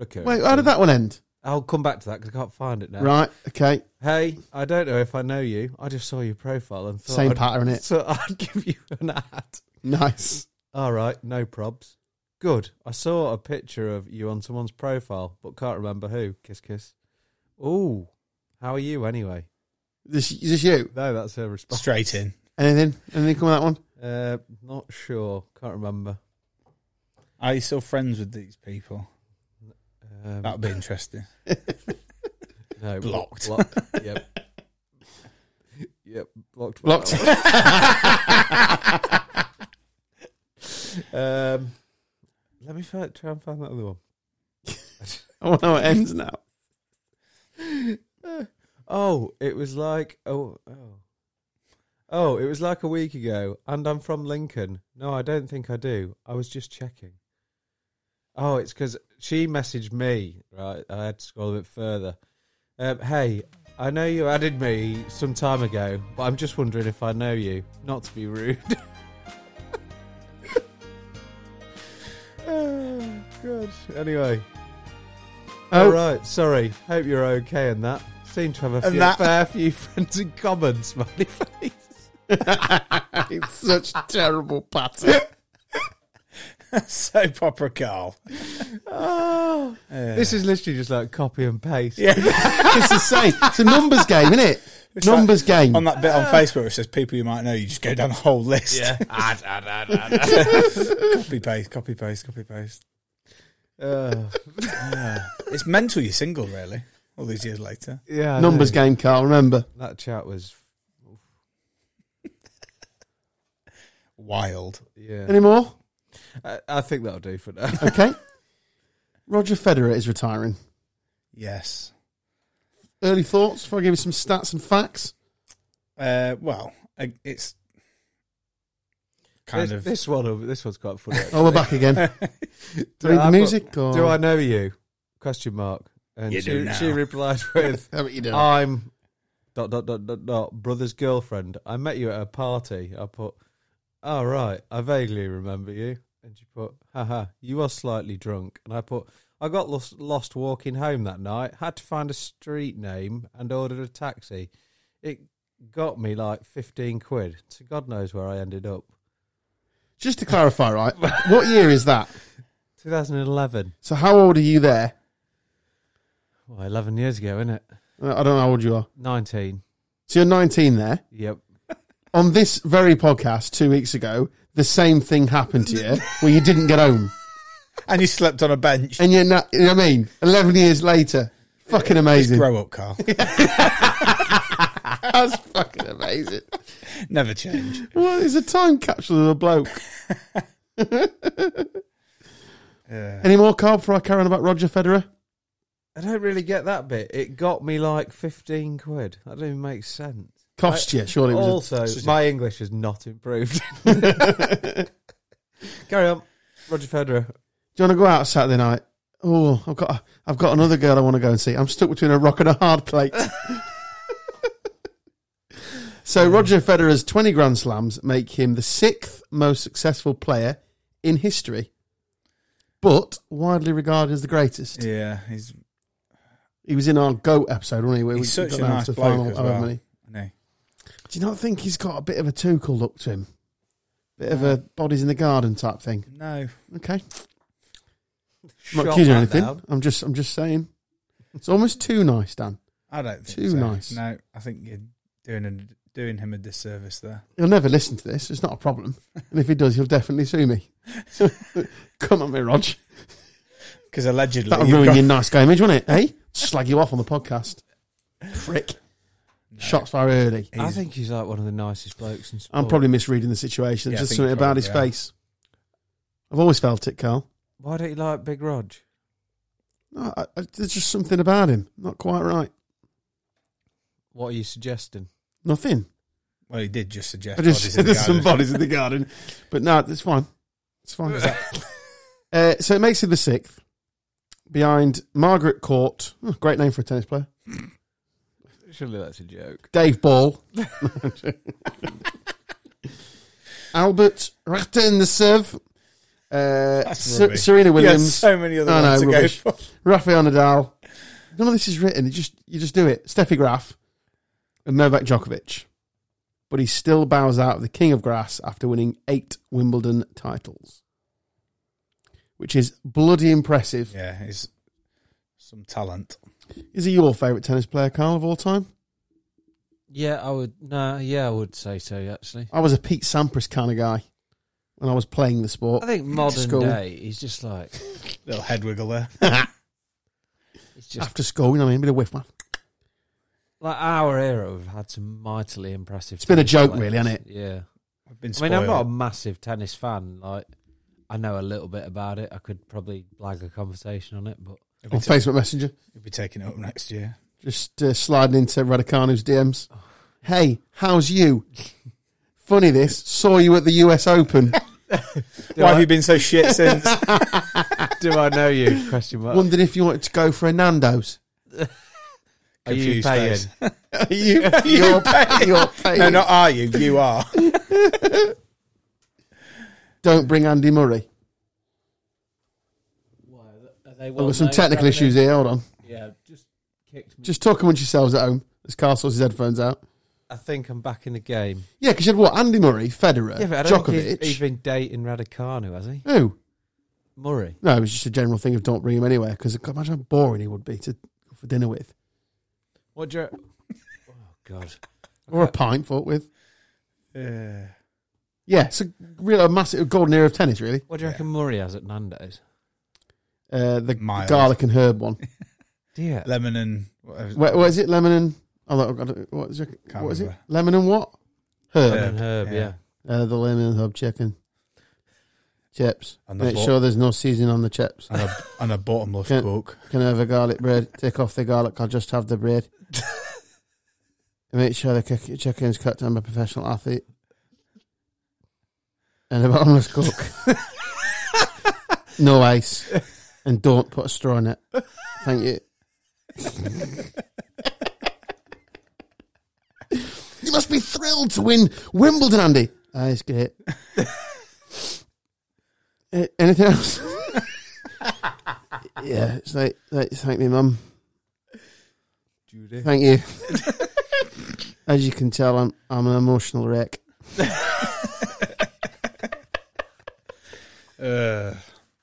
B: Recurring
A: Wait, how did
B: themes.
A: that one end?
B: I'll come back to that because I can't find it now.
A: Right, okay.
B: Hey, I don't know if I know you. I just saw your profile and thought
A: Same
B: I'd,
A: pattern, it.
B: so I'd give you an ad.
A: Nice.
B: All right, no probs. Good. I saw a picture of you on someone's profile, but can't remember who. Kiss, kiss. Ooh, how are you anyway?
A: This, is this you?
B: No, that's her
A: Oh.
B: response.
C: Straight in.
A: Anything? Anything come on that one?
B: Uh, not sure. Can't remember.
C: Are you still friends with these people?
B: Um,
C: That'll be interesting.
B: No, blo-
C: Blocked.
B: blocked. Yep. yep. Blocked.
A: Blocked.
B: um, let me fi- try and find that other one.
A: I want to know how it ends now.
B: Oh, it was like oh oh oh, it was like a week ago, and I'm from Lincoln. No, I don't think I do. I was just checking. Oh, it's because she messaged me. Right, I had to scroll a bit further. Um, hey, I know you added me some time ago, but I'm just wondering if I know you. Not to be rude. oh, good. Anyway. All
A: Oh,
B: right, sorry. Hope you're okay and that. Seem to have a
C: And
B: few,
C: that-
B: fair few friends in common, smiley face.
A: it's such terrible pattern.
C: Soap opera Carl.
A: Ah.
B: Oh,
C: Uh,
B: This is literally just like copy and paste.
C: yeah.
A: it's the same. It's a numbers game, isn't it?
C: It's
A: numbers
B: Mm.
A: game.
C: on that bit
A: Um,
C: on Facebook where it says people you might know, you just go down the whole list.
B: Ad, ad, ad, ad.
C: copy paste, copy paste, copy paste.
B: Oh,
C: It's mental you're single, really. All these years later.
B: yeah, I
A: numbers
B: know.
A: game, Carl. Remember,
B: That chat was
C: Wild.
B: yeah.
A: any more?
B: I, I think that'll do for now.
A: Okay. Roger Federer is retiring.
C: Yes.
A: Early thoughts before I give you some stats and facts.
C: Uh, well, I- it's kind
B: this,
C: of.
B: this one. This one's quite funny.
A: Oh, we're back again. Do we need
B: I-
A: the music? Or?
B: Do I know you? Question mark. And
C: You
B: she,
C: do now.
B: she replied with,
A: How about you doing?
B: I'm dot dot dot dot dot brother's girlfriend. I met you at a party. I put, oh right, I vaguely remember you. And she put, haha, you are slightly drunk. And I put, I got lost, lost walking home that night. Had to find a street name and ordered a taxi. It got me like fifteen quid. So God knows where I ended up.
A: Just to clarify, right? what year is that?
B: 2011.
A: So, how old are you there?
B: Well, 11 years ago, isn't it?
A: Uh, I don't know how old you are.
B: 19.
A: So, you're 19 there.
B: Yep.
A: On this very podcast two weeks ago, the same thing happened to you where you didn't get home.
C: and you slept on a bench.
A: And you're not, you know what I mean? 11 years later. Fucking amazing.
C: Grow up, Carl.
A: That's fucking amazing.
C: Never change.
A: Well, it's a time capsule of a bloke.
C: Yeah.
A: Any more, Carl, before I carry on about Roger Federer?
B: I don't really get that bit. It got me like 15 quid. That doesn't even make sense.
A: Cost you, surely. it was a-
B: Also,
A: it's just a-
B: my English has not improved. Carry on. Roger Federer.
A: Do you want to go out Saturday night? Oh, I've got I've got another girl I want to go and see. I'm stuck between a rock and a hard plate. so
C: Mm.
A: Roger Federer's 20 Grand Slams make him the sixth most successful player in history, but widely regarded as the greatest.
C: Yeah, he's
A: He was in our GOAT episode, wasn't he? Where
C: He's such
A: got
C: a
A: down to
C: nice
A: the
C: bloke
A: final
C: as
A: however
C: well.
A: many.
C: I know.
A: Do you not think he's got a bit of a Tuchel look to him? Bit of a bodies in the garden type thing.
C: No.
A: Okay. I'm
B: Shot
A: not kidding or
B: that
A: anything.
B: down.
A: I'm just I'm just saying. It's almost too nice, Dan.
C: I don't think
A: Too
C: so.
A: nice.
C: No, I think you're doing a, doing him a disservice there.
A: He'll never listen to this. It's not a problem. And if he does, he'll definitely sue me. Come on, me, Rog.
C: Because allegedly,
A: That'll
C: you've
A: ruin
C: got-
A: your nice game image, won't it? Hey, slag you off on the podcast. Prick. Shots fire early.
B: I
C: he's-
B: think he's like one of the nicest blokes in sport.
A: I'm probably misreading the situation.
C: Yeah, I
A: There's just
C: think
A: something
C: you
A: about his
C: probably are.
A: face. I've always felt it, Carl.
B: Why don't you like Big Rog?
A: No, I, I, there's just something about him. Not quite right.
B: What are you suggesting?
A: Nothing.
C: well, he did just suggest.
A: I just
C: bodies in the
A: there's some
C: garden.
A: bodies in the garden, but no, it's fine. It's fine. uh, so it makes it the sixth, behind Margaret Court, oh, great name for a tennis player.
B: Surely that's a joke.
A: Dave Ball, Albert Rachtensev, uh,
C: That's
A: Ser-
C: rubbish.
A: Serena
C: You had
A: Williams,
C: so many other
A: I know,
C: ones to
A: rubbish.
C: go for.
A: Rafael Nadal. None of this is written. You just you just do it. Steffi Graf and Novak Djokovic. But he still bows out of the King of Grass after winning eight Wimbledon titles, which is bloody impressive.
C: Yeah, he's some talent.
A: Is he your favourite tennis player, Carl, of all time?
B: Yeah, I would. No, yeah, I would say so. Actually,
A: I was a Pete Sampras kind of guy when I was playing the sport.
B: I think modern
A: school.
B: day he's just like
C: Little head wiggle there.
B: it's just
A: after school, you know what I mean? A bit of whiff whaff.
B: like our era. We've had some mightily impressive.
A: It's been a
B: tennis
A: joke,
B: players.
A: really, hasn't
B: Yeah.
C: I've been
B: I mean, I'm not a
C: spoiled.
B: massive tennis fan. Like, I know a little bit about it. I could probably blag a conversation on it, but
C: He'll be,
A: On
C: ta-
A: Facebook Messenger.
C: he'll be taking it up next year.
A: just uh, sliding into Radicano's DMs. Hey, how's you? Funny this. Saw you at the US Open.
B: do,
C: Why
B: I,
C: have you been so shit since?
B: do I know you? Question mark.
A: Wondered if you wanted to go for a Nando's.
B: Are you
C: Confused
B: paying?
C: face.
A: you, are paying. You're paying.
C: no, not are you. You are.
A: Don't bring Andy Murray. I've got some technical issues here. Hold on.
B: Yeah, just kicked me.
A: Just talk amongst yourselves at home as Carl sorts his headphones out.
B: I think I'm back in the game.
A: Yeah, because you had what? Andy Murray, Federer,
B: Yeah, but I don't
A: Djokovic.
B: think he's, he's been dating Radicanu, has he?
A: Who?
B: Murray.
A: No, it was just a general thing of don't bring him anywhere because imagine how boring he would be to go for dinner with
B: What do you? oh God.
A: or a pint for with.
C: Yeah.
A: Yeah, it's a real a massive golden era of tennis, really.
B: What do you reckon Murray has at Nando's?
A: Uh, the
C: Mild.
A: garlic and herb one.
B: Dear.
C: Lemon and whatever.
A: Where, what is it? Lemon and oh, I don't- what is it?
C: Can't
A: what is it?
C: remember.
A: Lemon and what? Herb.
B: Herb, herb, yeah.
C: yeah.
A: Uh, the lemon and herb chicken chips.
C: And the
A: Make
C: bo-
A: sure there's no seasoning on the chips.
C: and, a, and a bottomless
A: Yeah.
C: coke.
A: Can I have a garlic bread? Take off the garlic. I'll just have the bread. and make sure the chick- chicken's cooked. I'm a professional athlete. And a bottomless coke. no ice. And don't put a straw in it. Thank you. you must be thrilled to win Wimbledon, Andy. Ah, it's great. Eh, Anything else? yeah, it's like, like thank me, mum.
B: Judy.
A: Thank you. As you can tell, I'm I'm an emotional wreck.
C: Uh,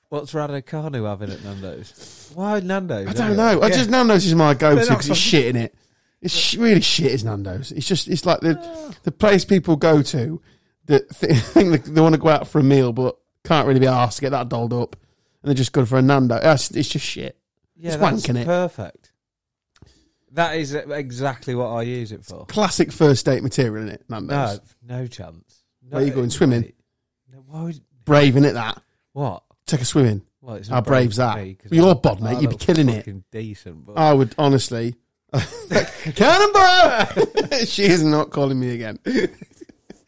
B: What's Radicanu having at Nando's? Why Nando's?
A: I don't know. I just Nando's is my go-to
C: They're not
A: because it's shit in it. It's sh- really shit is Nando's. It's just it's like
B: Ah.
A: the the place people go to that th- think they, they want to go out for a meal but can't really be asked to get that dolled up, and they're just good for a Nando. It's, it's just shit.
B: Yeah,
A: It's
B: that's
A: wanking it.
B: perfect. That is exactly what I use it for.
A: Classic first date material in it. Nando's.
B: No, no chance. No,
A: Where you going, swimming?
B: No, why would,
A: Braving it that.
B: What?
A: Take a swim in.
B: Well, it's
A: How
B: not brave
A: brave's
B: for
A: that?
B: me, 'cause
A: You're
B: I'm-
A: bod, mate.
B: I
A: You'd be
B: look
A: killing it. Oh,
B: fucking Decent, but
A: I would honestly. Cannonball! she is not calling me again.
B: you'd,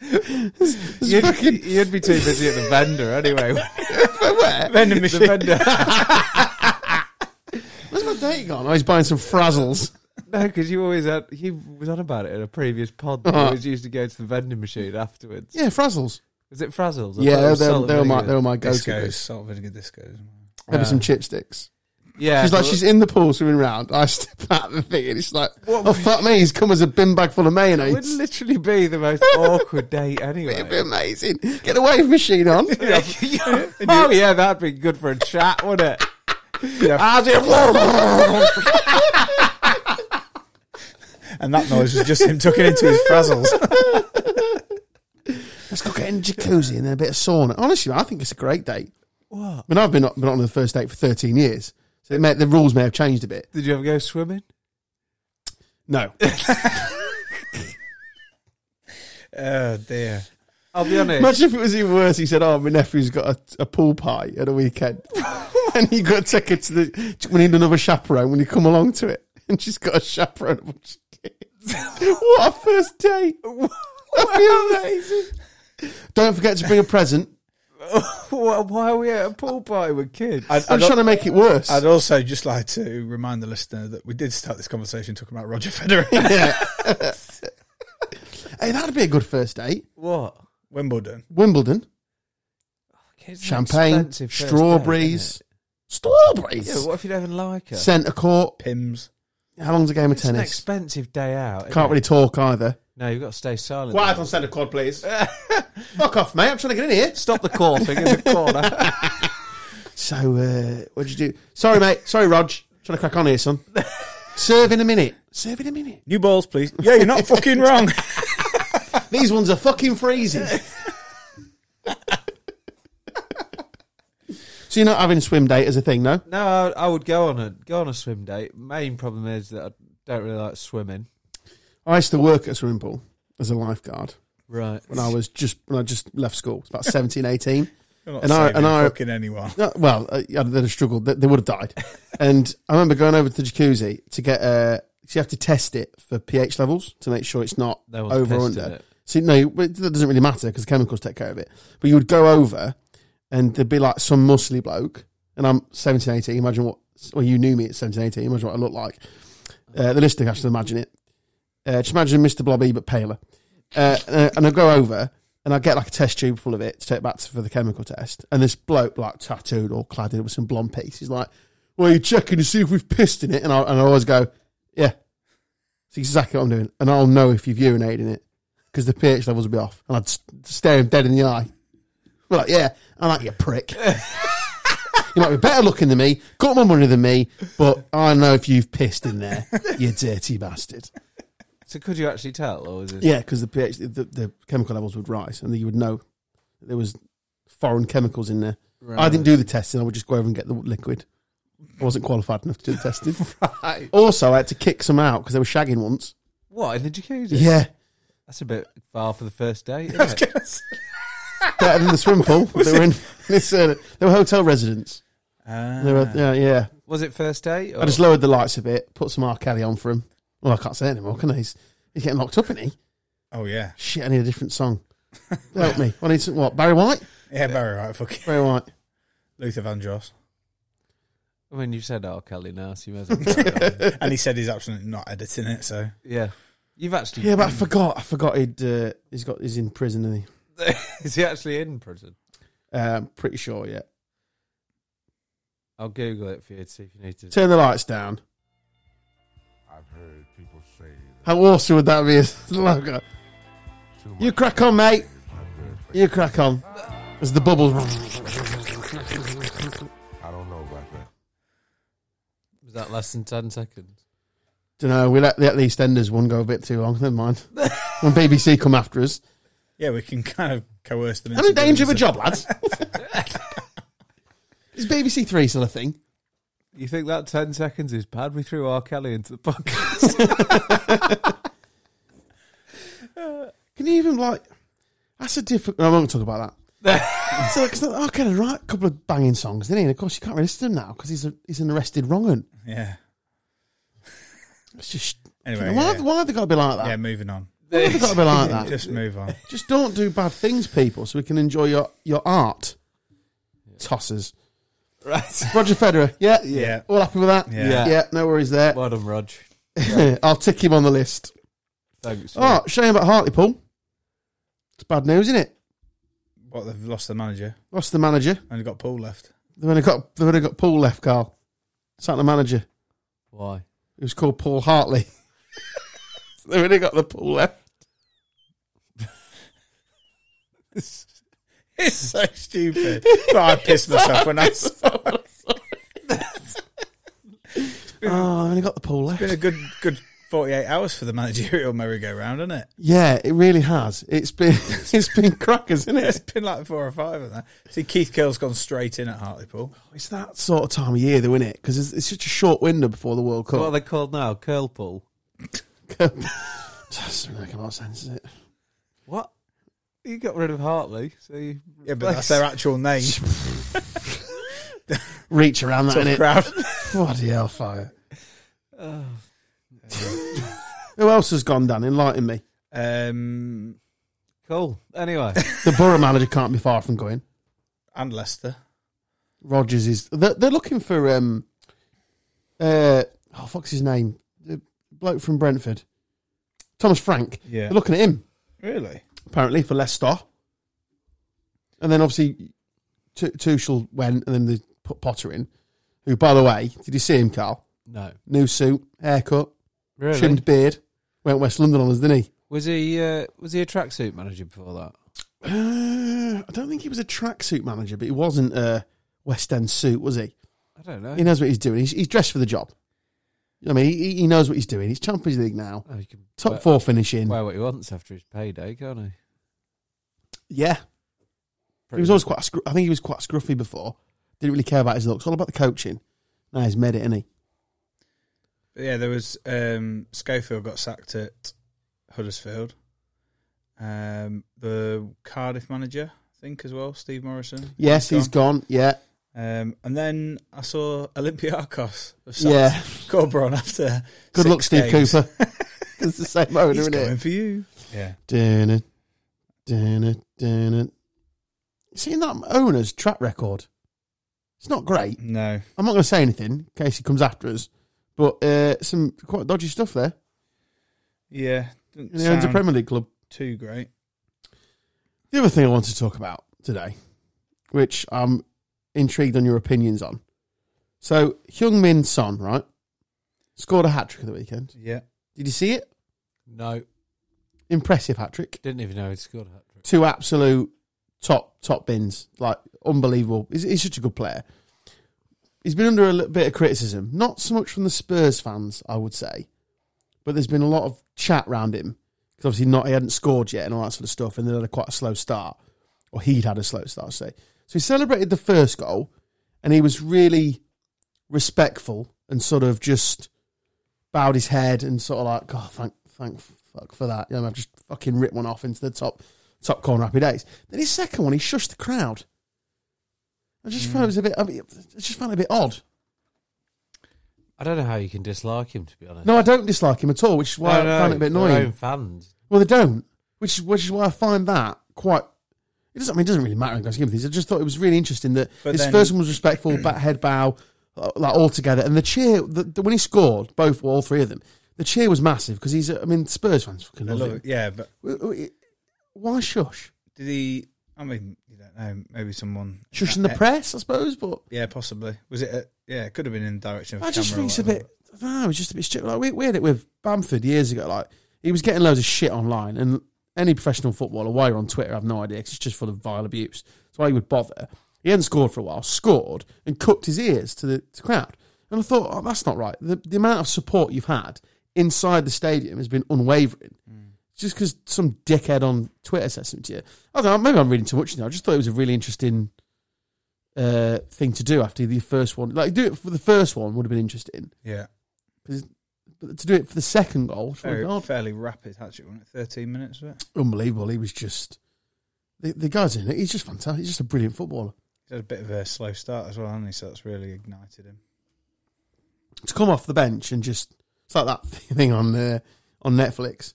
B: you'd be too busy at the vendor anyway.
C: Vending
B: the
C: machine.
B: vendor,
A: Where's my date gone? Oh, he's buying some frazzles.
B: no, because you always had. He was on about it in a previous pod.
A: Uh-huh.
B: that you always used to go to the vending machine afterwards.
A: Yeah, frazzles.
B: Was it Frazzles? I thought it
A: Yeah,
B: was
A: they were,
B: Salt
A: they were my
B: Vinegar.
A: they were my go
C: Discos,
A: to.
C: salt vinegar discos.
A: Maybe
B: Yeah.
A: some chipsticks.
B: Yeah,
A: She's like,
B: but-
A: she's in the pool swimming round. I step out of the thing and it's like, oh fuck me, he's come as a bin bag full of
B: it would
A: mayonnaise.
B: literally be the most awkward date
A: It'd be
B: anyway.
A: amazing. Get the wave machine on.
B: oh yeah, that'd be good for a chat, wouldn't it?
A: How's it-
C: And that noise was just him tucking into his frazzles.
A: Let's go get in a jacuzzi and then a bit of sauna. Honestly, I think it's a great date.
B: What?
A: I mean, I've been on, been on the first date for 13 years, so it may, the rules may have changed a bit.
B: Did you ever go swimming?
A: No.
C: oh dear.
B: I'll be honest.
A: Imagine if it was even worse. He said, "Oh, my nephew's got a, a pool party at a weekend, and you got to take it to the. We need another chaperone when you come along to it, and she's got a chaperone. of all she gets. what a first date! That'd be amazing. Don't forget to bring a present.
B: Why why are we at a pool party with kids?
C: I'd,
A: I'm
C: I'd,
A: trying to make it worse.
C: I'd also just like to remind the listener that we did start this conversation talking about Roger Federer,
A: yeah. hey, that'd be a good first date.
B: what?
C: Wimbledon.
A: Wimbledon,
B: Kids are
A: champagne,
B: expensive first
A: strawberries,
B: date,
A: strawberries,
B: innit? yeah, what if you don't even like her?
A: centre court.
C: Pims.
A: How long's a game of
B: it's an
A: tennis?
B: expensive day out. isn't
A: Can't
B: it?
A: really talk either.
B: No, you've got to stay silent.
A: Quiet on centre quad, please. Fuck off, mate. I'm trying to get in here.
B: Stop the coughing in the corner.
A: So, uh, what'd you do? Sorry, mate. Sorry, Rog. Trying to crack on here, son. Serve in a minute. Serve in a minute.
C: New balls, please. Yeah, you're not fucking wrong.
A: These ones are fucking freezing. so you're not having a swim date as a thing, no?
B: no, I, I would go on a go on a swim date. Main problem is that I don't really like swimming.
A: I used to work at a swimming pool as a lifeguard
B: Right.
A: when I was just when I just left school. It's about 17, 18.
C: You're not
A: And I-
C: saving
A: and I-
C: fucking anyone.
A: No, well, uh, yeah, they'd have struggled. They, they would have died. and I remember going over to the jacuzzi to get Uh, so you have to test it for pH levels to make sure it's not
B: No one's
A: over or
B: pissed in
A: under.
B: it.
A: So no, but that doesn't really matter because chemicals take care of it. But you would go over, and there'd be like some muscly bloke, and I'm 17, 18. Imagine what, well, you knew me at 17, 18. Imagine what I looked like. Uh, the listener has to imagine it. Uh, just imagine Mr. Blobby but paler. Uh, and- and I go over and I get like a test tube full of it to take back to, for the chemical test. And this bloke, like tattooed or clad in with some blonde piece, he's like, "Well, you're checking to see if we've pissed in it." And I and I always go, "Yeah, it's exactly what I'm doing." And I'll know if you've urinated in it because the pH levels will be off. And I'd s- stare him dead in the eye. I'm like, "Yeah, I like you, prick." You might be better looking than me, got more money than me, but I know if you've pissed in there, you dirty bastard.
B: So could you actually tell, or is it?
A: Yeah, because the pH, the, the chemical levels would rise, and then you would know that there was foreign chemicals in there. I didn't do the testing; I would just go over and get the liquid. I wasn't qualified enough to do the testing.
B: Right.
A: Also, I had to kick some out because they were shagging once.
B: What in the jacuzzi?
A: Yeah,
B: That's a bit far for the first date. Isn't it?
A: better than the swim pool. they were in. This, uh, they were hotel residents. They were, yeah, yeah.
B: Was it first date? Or?
A: I just lowered the lights a bit, put some R. Kelly on for him. Well, I can't say it anymore, can I? He's, he's getting locked up, isn't he?
C: oh yeah,
A: Shit, I need a different song. Help me. I need some, what, Barry White?
C: yeah, Barry, right? Fucking
A: Barry White.
C: Luther Vandross,
B: I mean, you said, "Oh, Kelly now, so you may as well." crack on."
C: and he said he's absolutely not editing it. So
B: yeah, you've actually.
A: Yeah, but I forgot. I forgot he'd uh, he's got he's in prison, isn't he?
B: is he actually in prison?
A: Um, pretty sure. Yeah.
B: I'll Google it for you to see if you need to.
A: Turn the lights down.
D: I've heard people say that
A: How awesome would that be? As the logo?
D: too much
A: You crack on, mate.
D: is not good for you.
A: You crack on. As the bubbles.
D: I don't know about that.
B: Was that less than ten seconds?
A: Don't know. We let the at least enders one go a bit too long. Never mind. When BBC come after us,
C: yeah, we can kind of coerce them.
A: I'm
C: into
A: in danger of
C: doing
A: a job, lads. Is BBC Three still a thing?
B: You think that ten seconds is bad? We threw R. Kelly into the podcast.
A: Can you even like? That's a difficult. I won't talk about that. so like, 'cause they're like, oh, okay, right, a couple of banging songs, didn't he? And of course, you can't release them now because he's a, he's an arrested wrong'un.
C: Yeah.
A: It's just
C: Anyway,
A: why,
C: yeah.
A: why have they got to be like that?
C: yeah, moving on.
A: Why have they got to be like that?
C: Just move on.
A: Just don't do bad things, people, so we can enjoy your, your art. Tossers.
B: Right.
A: Roger Federer. Yeah, yeah.
C: Yeah.
A: All happy with that?
C: Yeah.
A: Yeah, no worries there.
B: Well done, Rog.
A: I'll tick him on the list.
B: Thanks.
A: Oh, shame about Hartlepool. It's bad news, isn't it?
C: What, they've lost the manager
A: Lost the manager.
C: and got Paul left.
A: They've only got they've only got Paul left, Carl. Sat the manager.
B: Why?
A: It was called Paul Hartley. they've only got the Paul left.
C: It's so stupid. but I pissed myself when I saw it.
A: Oh, they've only got the Paul left.
C: Been a good, good 48 hours for the managerial merry-go-round, hasn't it?
A: Yeah, it really has. It's been it's been crackers, isn't
C: It's
A: it?
C: been like four or five of that. See, Keith Curl's gone straight in at Hartlepool.
A: It's that sort of time of year, though, isn't it? Because it's, it's such a short window before the World
B: What are
A: Cup.
B: they called now? Curl pool.
A: Doesn't make a lot of sense, does it?
B: What? You got rid of Hartley, so you
C: Yeah, but that's their actual name.
A: Reach around that,
C: Tough
A: innit?
C: crowd.
A: Bloody hellfire.
B: Oh.
A: Who else has gone down? Enlighten me.
C: Um,
B: cool. Anyway,
A: The borough manager can't be far from going.
C: and Leicester.
A: Rogers is. They're, they're looking for. um uh Oh, fuck's his name? The bloke from Brentford. Thomas Frank.
C: Yeah.
A: They're looking at him.
C: Really?
A: apparently for Leicester. And then obviously Tu- Tuchel went, and then they put Potter in. Who, by the way, did you see him, Carl?
B: no.
A: New suit, haircut,
B: Really?
A: trimmed beard. Went West London on us, didn't he?
B: Was he uh, was he a tracksuit manager before that?
A: Uh, I don't think he was a tracksuit manager, but he wasn't a West End suit, was he?
B: I don't know.
A: He knows what he's doing. He's, he's dressed for the job. I mean, he, he knows what he's doing. He's Champions League now,
B: Oh, he can
A: top
B: wear,
C: uh,
A: four finishing.
B: wear what he wants after his payday, can't he?
A: yeah, he
B: Pretty
A: was always quite. a Scru- I think he was quite scruffy before. Didn't really care about his looks. All about the coaching. Now he's made it, isn't he?
C: But yeah, there was um, Schofield got sacked at Huddersfield. Um, the Cardiff manager, I think, as well, Steve Morrison.
A: Yes, he's gone. Yeah,
C: Um, and then I saw Olympiacos. have sacked
A: yeah.
C: Corberon after.
A: Good
C: six
A: luck, Steve
C: games.
A: Cooper. it's the same owner,
C: He's
A: isn't
C: going
A: it?
C: for you. Yeah.
A: Dun-dun, dun-dun, dun-dun. Seeing that owner's track record, it's not great.
C: No.
A: I'm not going to say anything in case he comes after us, but uh, some quite dodgy stuff there.
C: Yeah.
A: And he owns a
C: Sound
A: Premier League club.
C: too great.
A: The other thing I want to talk about today, which I'm intrigued on your opinions on. So Hyung Min Son, right, scored a hat trick at the weekend.
C: Yeah.
A: Did you see it?
B: No,
A: Impressive hat trick.
B: didn't even know he'd scored a hat trick.
A: Two absolute top top bins, like unbelievable. He's, he's such a good player. He's been under a little bit of criticism, not so much from the Spurs fans, I would say, but there's been a lot of chat around him because obviously not he hadn't scored yet and all that sort of stuff, and they had a quite a slow start, or he'd had a slow start, I should say. So he celebrated the first goal, and he was really respectful and sort of just bowed his head and sort of like, God, thank, thank fuck for that. You know, I've just fucking ripped one off into the top top corner happy days. Then his second one, he shushed the crowd. I
B: Hmm.
A: just found it was a bit. I, mean, I just found it a bit odd.
B: I don't know how you can dislike him, to be honest.
A: No, I don't dislike him at all, which is why
B: No,
A: I
B: no,
A: found it a bit
B: their
A: annoying.
B: own fans.
A: Well, they don't, which is which is why I find that quite. It doesn't. I mean, it doesn't really matter in the grand scheme of things. I just thought it was really interesting that
C: But
A: his
C: then-
A: first one was respectful, back head bow, uh, like all together, and the cheer the, the, when he scored, both all three of them, the cheer was massive because he's. a- I mean, Spurs fans fucking
C: I
A: love,
C: love
A: him.
C: it. Yeah, but
A: W- w- Why shush?
C: did he? I mean, you don't know. Maybe someone e-
A: Shush in the press, I suppose, but
C: Yeah, possibly. Was it? A, yeah, it could have been in the direction of.
A: I just
C: camera or
A: think it's a
C: whatever.
A: bit. I don't know, it's just a bit stupid. Like we, we had it with Bamford years ago. Like he was getting loads of shit online, and any professional footballer, why you're on Twitter, I have no idea because it's just full of vile abuse. That's why he would bother. He hadn't scored for a while, scored and cupped his ears to the, to the crowd. And I thought, oh, that's not right. The, the amount of support you've had inside the stadium has been unwavering.
C: Mm.
A: Just because some dickhead on Twitter says something to you. I don't know, maybe I'm reading too much now. I just thought it was a really interesting uh, thing to do after the first one. Like, do it for the first one would have been interesting.
C: Yeah,
A: But to do it for the second goal, it's really
C: fairly,
A: hard.
C: fairly rapid. Actually, wasn't it? Thirteen minutes. Was it?
A: unbelievable. He was just The, the guy's in it. He's just fantastic. He's just a brilliant footballer.
C: He had a bit of a slow start as well, hasn't he? So that's really ignited him.
A: To come off the bench and just it's like that thing on uh, on Netflix.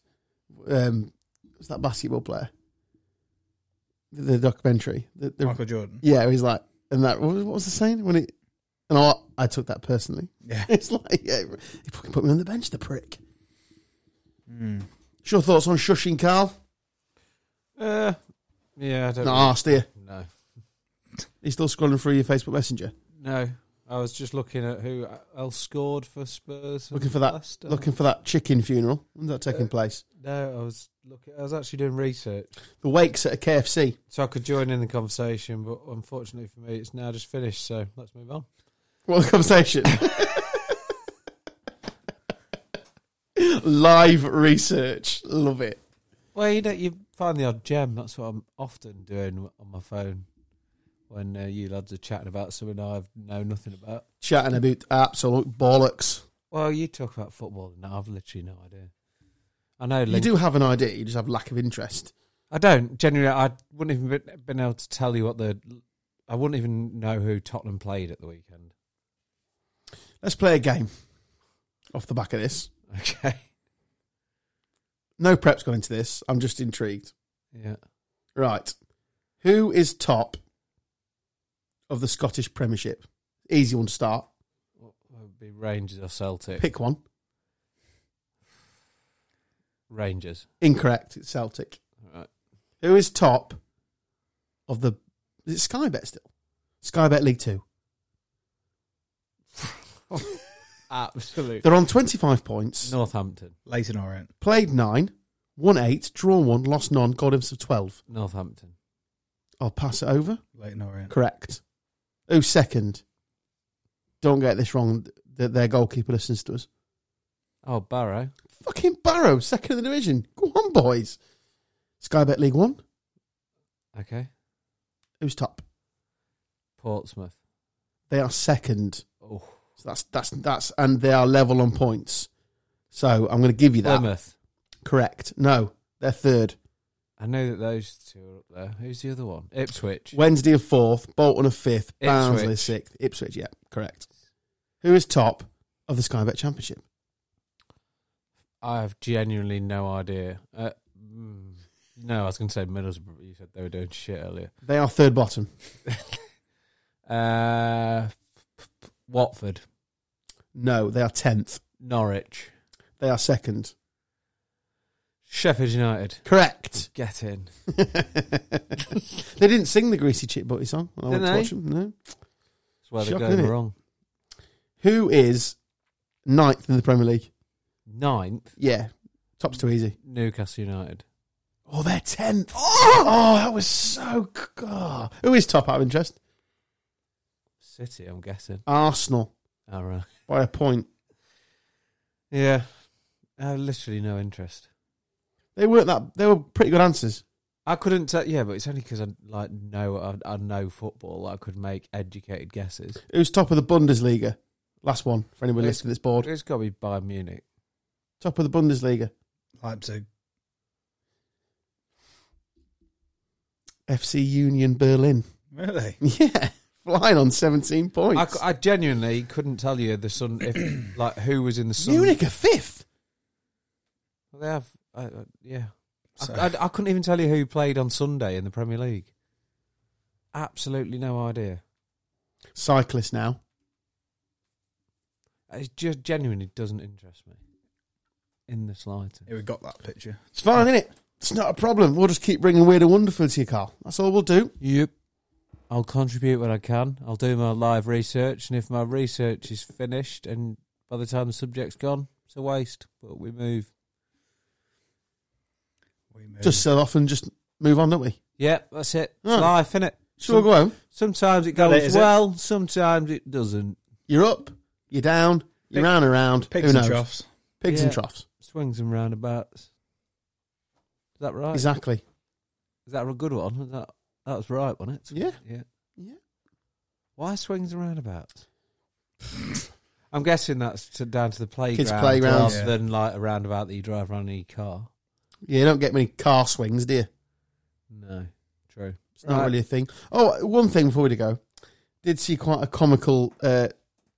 A: Um, it's that basketball player, the, the documentary. The, the-
C: Michael Jordan.
A: yeah, he's like, and that what was, what was the saying when it? And I, I took that personally.
C: Yeah.
A: It's like, yeah, he fucking put me on the bench, the prick.
C: Mm.
A: What's your thoughts on shushing Carl?
B: Uh, yeah, I don't
A: Not asked here.
B: know.
A: He's still scrolling through your Facebook Messenger.
B: No, no. I was just looking at who else scored for Spurs. and
A: Looking for that-
B: Leicester.
A: Looking for that chicken funeral. When's that taking
B: Uh,
A: place?
B: No, I was looking. I was actually doing research,
A: The wake's at a KFC.
B: so I could join in the conversation. But unfortunately for me, it's now just finished. So let's move on.
A: What a conversation. Live research. Love it.
B: Well, you know, you find the odd gem. That's what I'm often doing on my phone when uh, you lads are chatting about something I've know nothing about.
A: Chatting about absolute bollocks.
B: Well, you talk about football, and I've literally no idea. I know
A: You do have an idea, you just have lack of interest.
B: I don't. Generally, I wouldn't even been- been able to tell you what the. I wouldn't even know who Tottenham played at the weekend.
A: Let's play a game off the back of this.
B: Okay.
A: No prep's gone into this. I'm just intrigued.
B: Yeah.
A: Right. Who is top of the Scottish Premiership? Easy one to start.
B: What would be Rangers or Celtic?
A: Pick one.
B: Rangers.
A: Incorrect. It's Celtic.
B: Right.
A: Who is top of the. Is it Sky Bet still? Sky Bet League Two.
B: Absolutely.
A: They're on 25 points.
B: Northampton.
C: Leighton Orient.
A: Played nine, won eight, drawn one, lost none, got himself 12.
B: Northampton.
A: I'll pass it over.
C: Leighton Orient.
A: Correct. Who's second? Don't get this wrong. That their goalkeeper listens to us.
B: Oh, Barrow.
A: Fucking Barrow, second in the division. Go on, boys. Sky Bet League One.
B: Okay.
A: Who's top?
B: Portsmouth.
A: They are second.
B: Oh,
A: So that's that's that's and they are level on points. So I'm going to give you that.
B: Plymouth.
A: Correct. No, they're third.
B: I know that those two are up there. Who's the other one? Ipswich.
A: Wednesday are fourth. Bolton are fifth. Barnsley
B: Ipswich.
A: sixth. Ipswich. Yeah, correct. Who is top of the Sky Bet Championship?
B: I have genuinely no idea. Uh, mm, no, I was going to say Middlesbrough. but You said they were doing shit earlier.
A: They are third bottom.
B: Uh, Watford,
A: No, they are tenth.
B: Norwich,
A: They are second.
B: Sheffield United.
A: Correct.
B: Get in.
A: they didn't sing the Greasy Chip Butty song. When I went
B: Didn't
A: to
B: they?
A: watch them. No.
B: That's where they're
A: Shocking,
B: going
A: isn't it?
B: wrong.
A: Who is ninth in the Premier League?
B: Ninth,
A: Yeah, top's too easy.
B: Newcastle United.
A: Oh, they're tenth. Oh, oh, that was so. c- Oh. Who is top out of interest?
B: City, I'm guessing.
A: Arsenal
B: All right.
A: by a point.
B: Yeah. I have literally no interest.
A: They weren't that. They were pretty good answers.
B: I couldn't tell. Yeah, but it's only because I like know I, I know football. I could make educated guesses.
A: Who's top of the Bundesliga? Last one for anybody
B: Who-
A: listening to this board.
B: It's got to be Bayern Munich.
A: Top of the Bundesliga.
C: Leipzig.
A: FC Union Berlin.
C: Really?
A: Yeah, flying on seventeen points.
B: I, cou- I genuinely couldn't tell you the sun if like who was in the sun.
A: Munich are fifth.
B: They have. I, I- yeah.
C: So-
B: I, I, I couldn't even tell you who played on Sunday in the Premier League. Absolutely no idea.
A: Cyclist now.
B: It just genuinely doesn't interest me in the slightest.
C: Yeah, we got that picture.
A: It's
B: Ah.
A: fine, isn't it? It's not a problem. We'll just keep bringing weird and wonderful to you, Carl. That's all we'll do.
B: Yep. I'll contribute when I can. I'll do my live research, and if my research is finished, and by the time the subject's gone, it's a waste. But we move.
C: We moved.
A: Just so often, just move on, don't we?
B: Yep, that's it. It's
A: Right.
B: life, innit?
A: Sure,
B: Some-
A: go home.
B: Sometimes it
C: That
B: goes
C: it, is it?
B: well, sometimes it doesn't.
A: You're up. You're down. You're
C: Pigs-
A: round and round.
C: pigs
A: Who
C: and
A: knows?
C: troughs.
A: Pigs and
B: Yeah.
A: troughs.
B: Swings and roundabouts. Is that right?
A: Exactly.
B: Is that a good one? Is That that was right, wasn't it?
A: Yeah.
B: Yeah.
A: Yeah.
B: Why swings and roundabouts? I'm guessing that's to, down to the playground,
A: playgrounds.
B: rather
C: Yeah.
B: than like a roundabout that you drive around in your car.
A: Yeah, you don't get many car swings, do you?
B: No, True.
A: It's not really a thing. Oh, one thing before we go, did see quite a comical uh,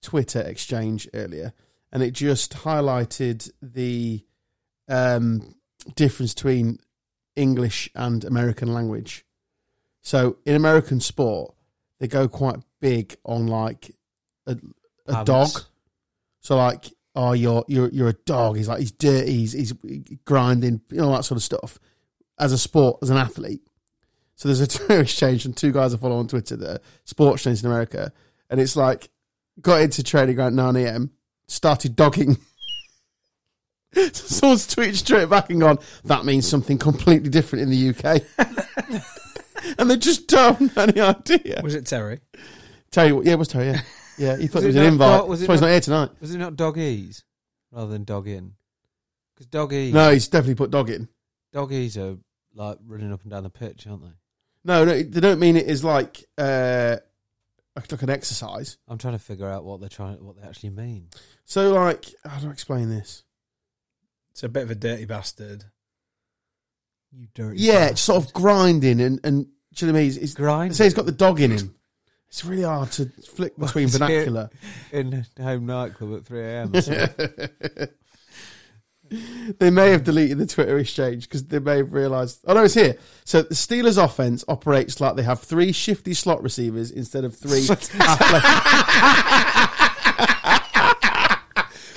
A: Twitter exchange earlier, and it just highlighted the um, difference between English and American language. So in American sport, they go quite big on like a, a dog.
B: Habits.
A: So like, oh, you're you're you're a dog. He's like he's dirty. He's, he's grinding. You know all that sort of stuff. As a sport, as an athlete. So there's a Twitter exchange from two guys I follow on Twitter that are sports trainers in America, and it's like got into training around 9 a.m. Started dogging. So Someone's tweeted straight back and gone. That means something completely different in the UK, and they just don't have any idea.
C: Was it Terry?
A: Terry, yeah, it was Terry. Yeah, yeah. He thought
B: Was
A: it
B: it
A: was an
B: not-
A: invite.
B: oh, was it
A: That's why he's
B: not-
A: not here tonight.
B: Was it not doggies rather than dog in? Because doggies,
A: No, he's definitely put dog in.
B: doggies are like running up and down the pitch, aren't they?
A: No, no, they don't mean it is like uh, like like an exercise.
B: I'm trying to figure out what they're trying, what they actually mean.
A: So, like, how do I explain this?
C: It's a bit of a dirty bastard.
B: You dirty.
A: Yeah, it's sort of grinding and and do you know what I mean? It's, it's, they
B: grind.
A: say he's got the dog in him. It's really hard to flick between
B: Well, it's-
A: vernacular.
B: in a home nightclub at 3 a.m.
A: they may have deleted the Twitter exchange because they may have realised. Oh no, it's here. So the Steelers' offense operates like they have three shifty slot receivers instead of three. athletic-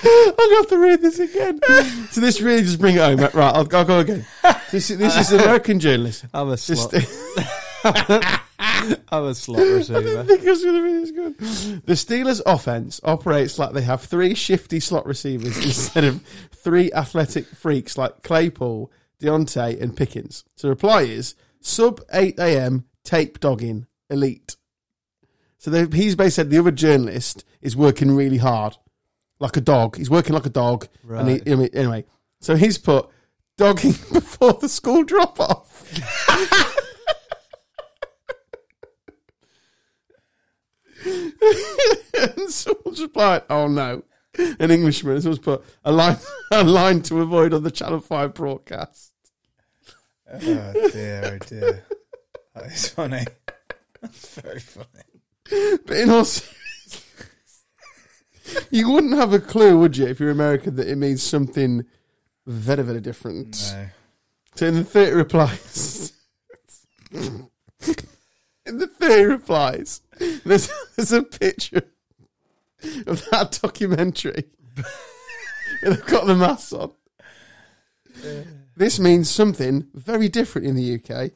A: I'm gonna have to read this again. So this really just bring it home. Right, I'll, I'll go again. This, is- this is an American journalist.
B: I'm a
A: Just,
B: slot. I'm a slot receiver.
A: think it was going to be this good. The Steelers' offense operates like they have three shifty slot receivers instead of three athletic freaks like Claypool, Deontay, and Pickens. So the reply is sub 8 a.m. tape dogging elite. So they, he's basically said the other journalist is working really hard, like a dog. He's working like a dog. And he,
B: Right.
A: I mean, anyway, so he's put dogging before the school drop off. and someone's replied, "Oh no." An Englishman has always put a line, a line to avoid on the Channel 5 broadcast.
C: Oh dear, oh dear. That is funny. That's very funny.
A: But in all seriousness, you wouldn't have a clue, would you, if you're American, that it means something very, very different.
C: No.
A: So in the 30 replies, in the 30 replies, there's, there's a picture of that documentary. and they've got the mask on. This means something very different in the UK.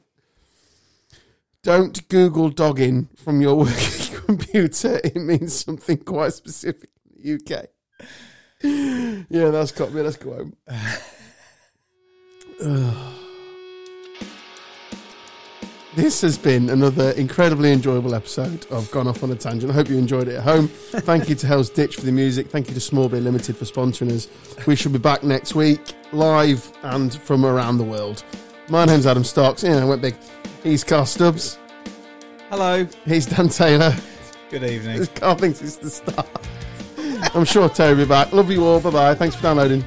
A: Don't Google dogging from your working computer. It means something quite specific in the UK. Yeah, that's got me. Let's go home. This has been another incredibly enjoyable episode of Gone Off on a Tangent. I hope you enjoyed it at home. Thank you to Hell's Ditch for the music. Thank you to Small Beer Limited for sponsoring us. We shall be back next week, live and from around the world. My name's Adam Stocks. You know, I went big. He's Carl Stubbs.
B: Hello.
A: He's Dan Taylor.
C: Good evening.
A: Carl thinks it's the start. I'm sure Terry will be back. Love you all. Bye bye. Thanks for downloading.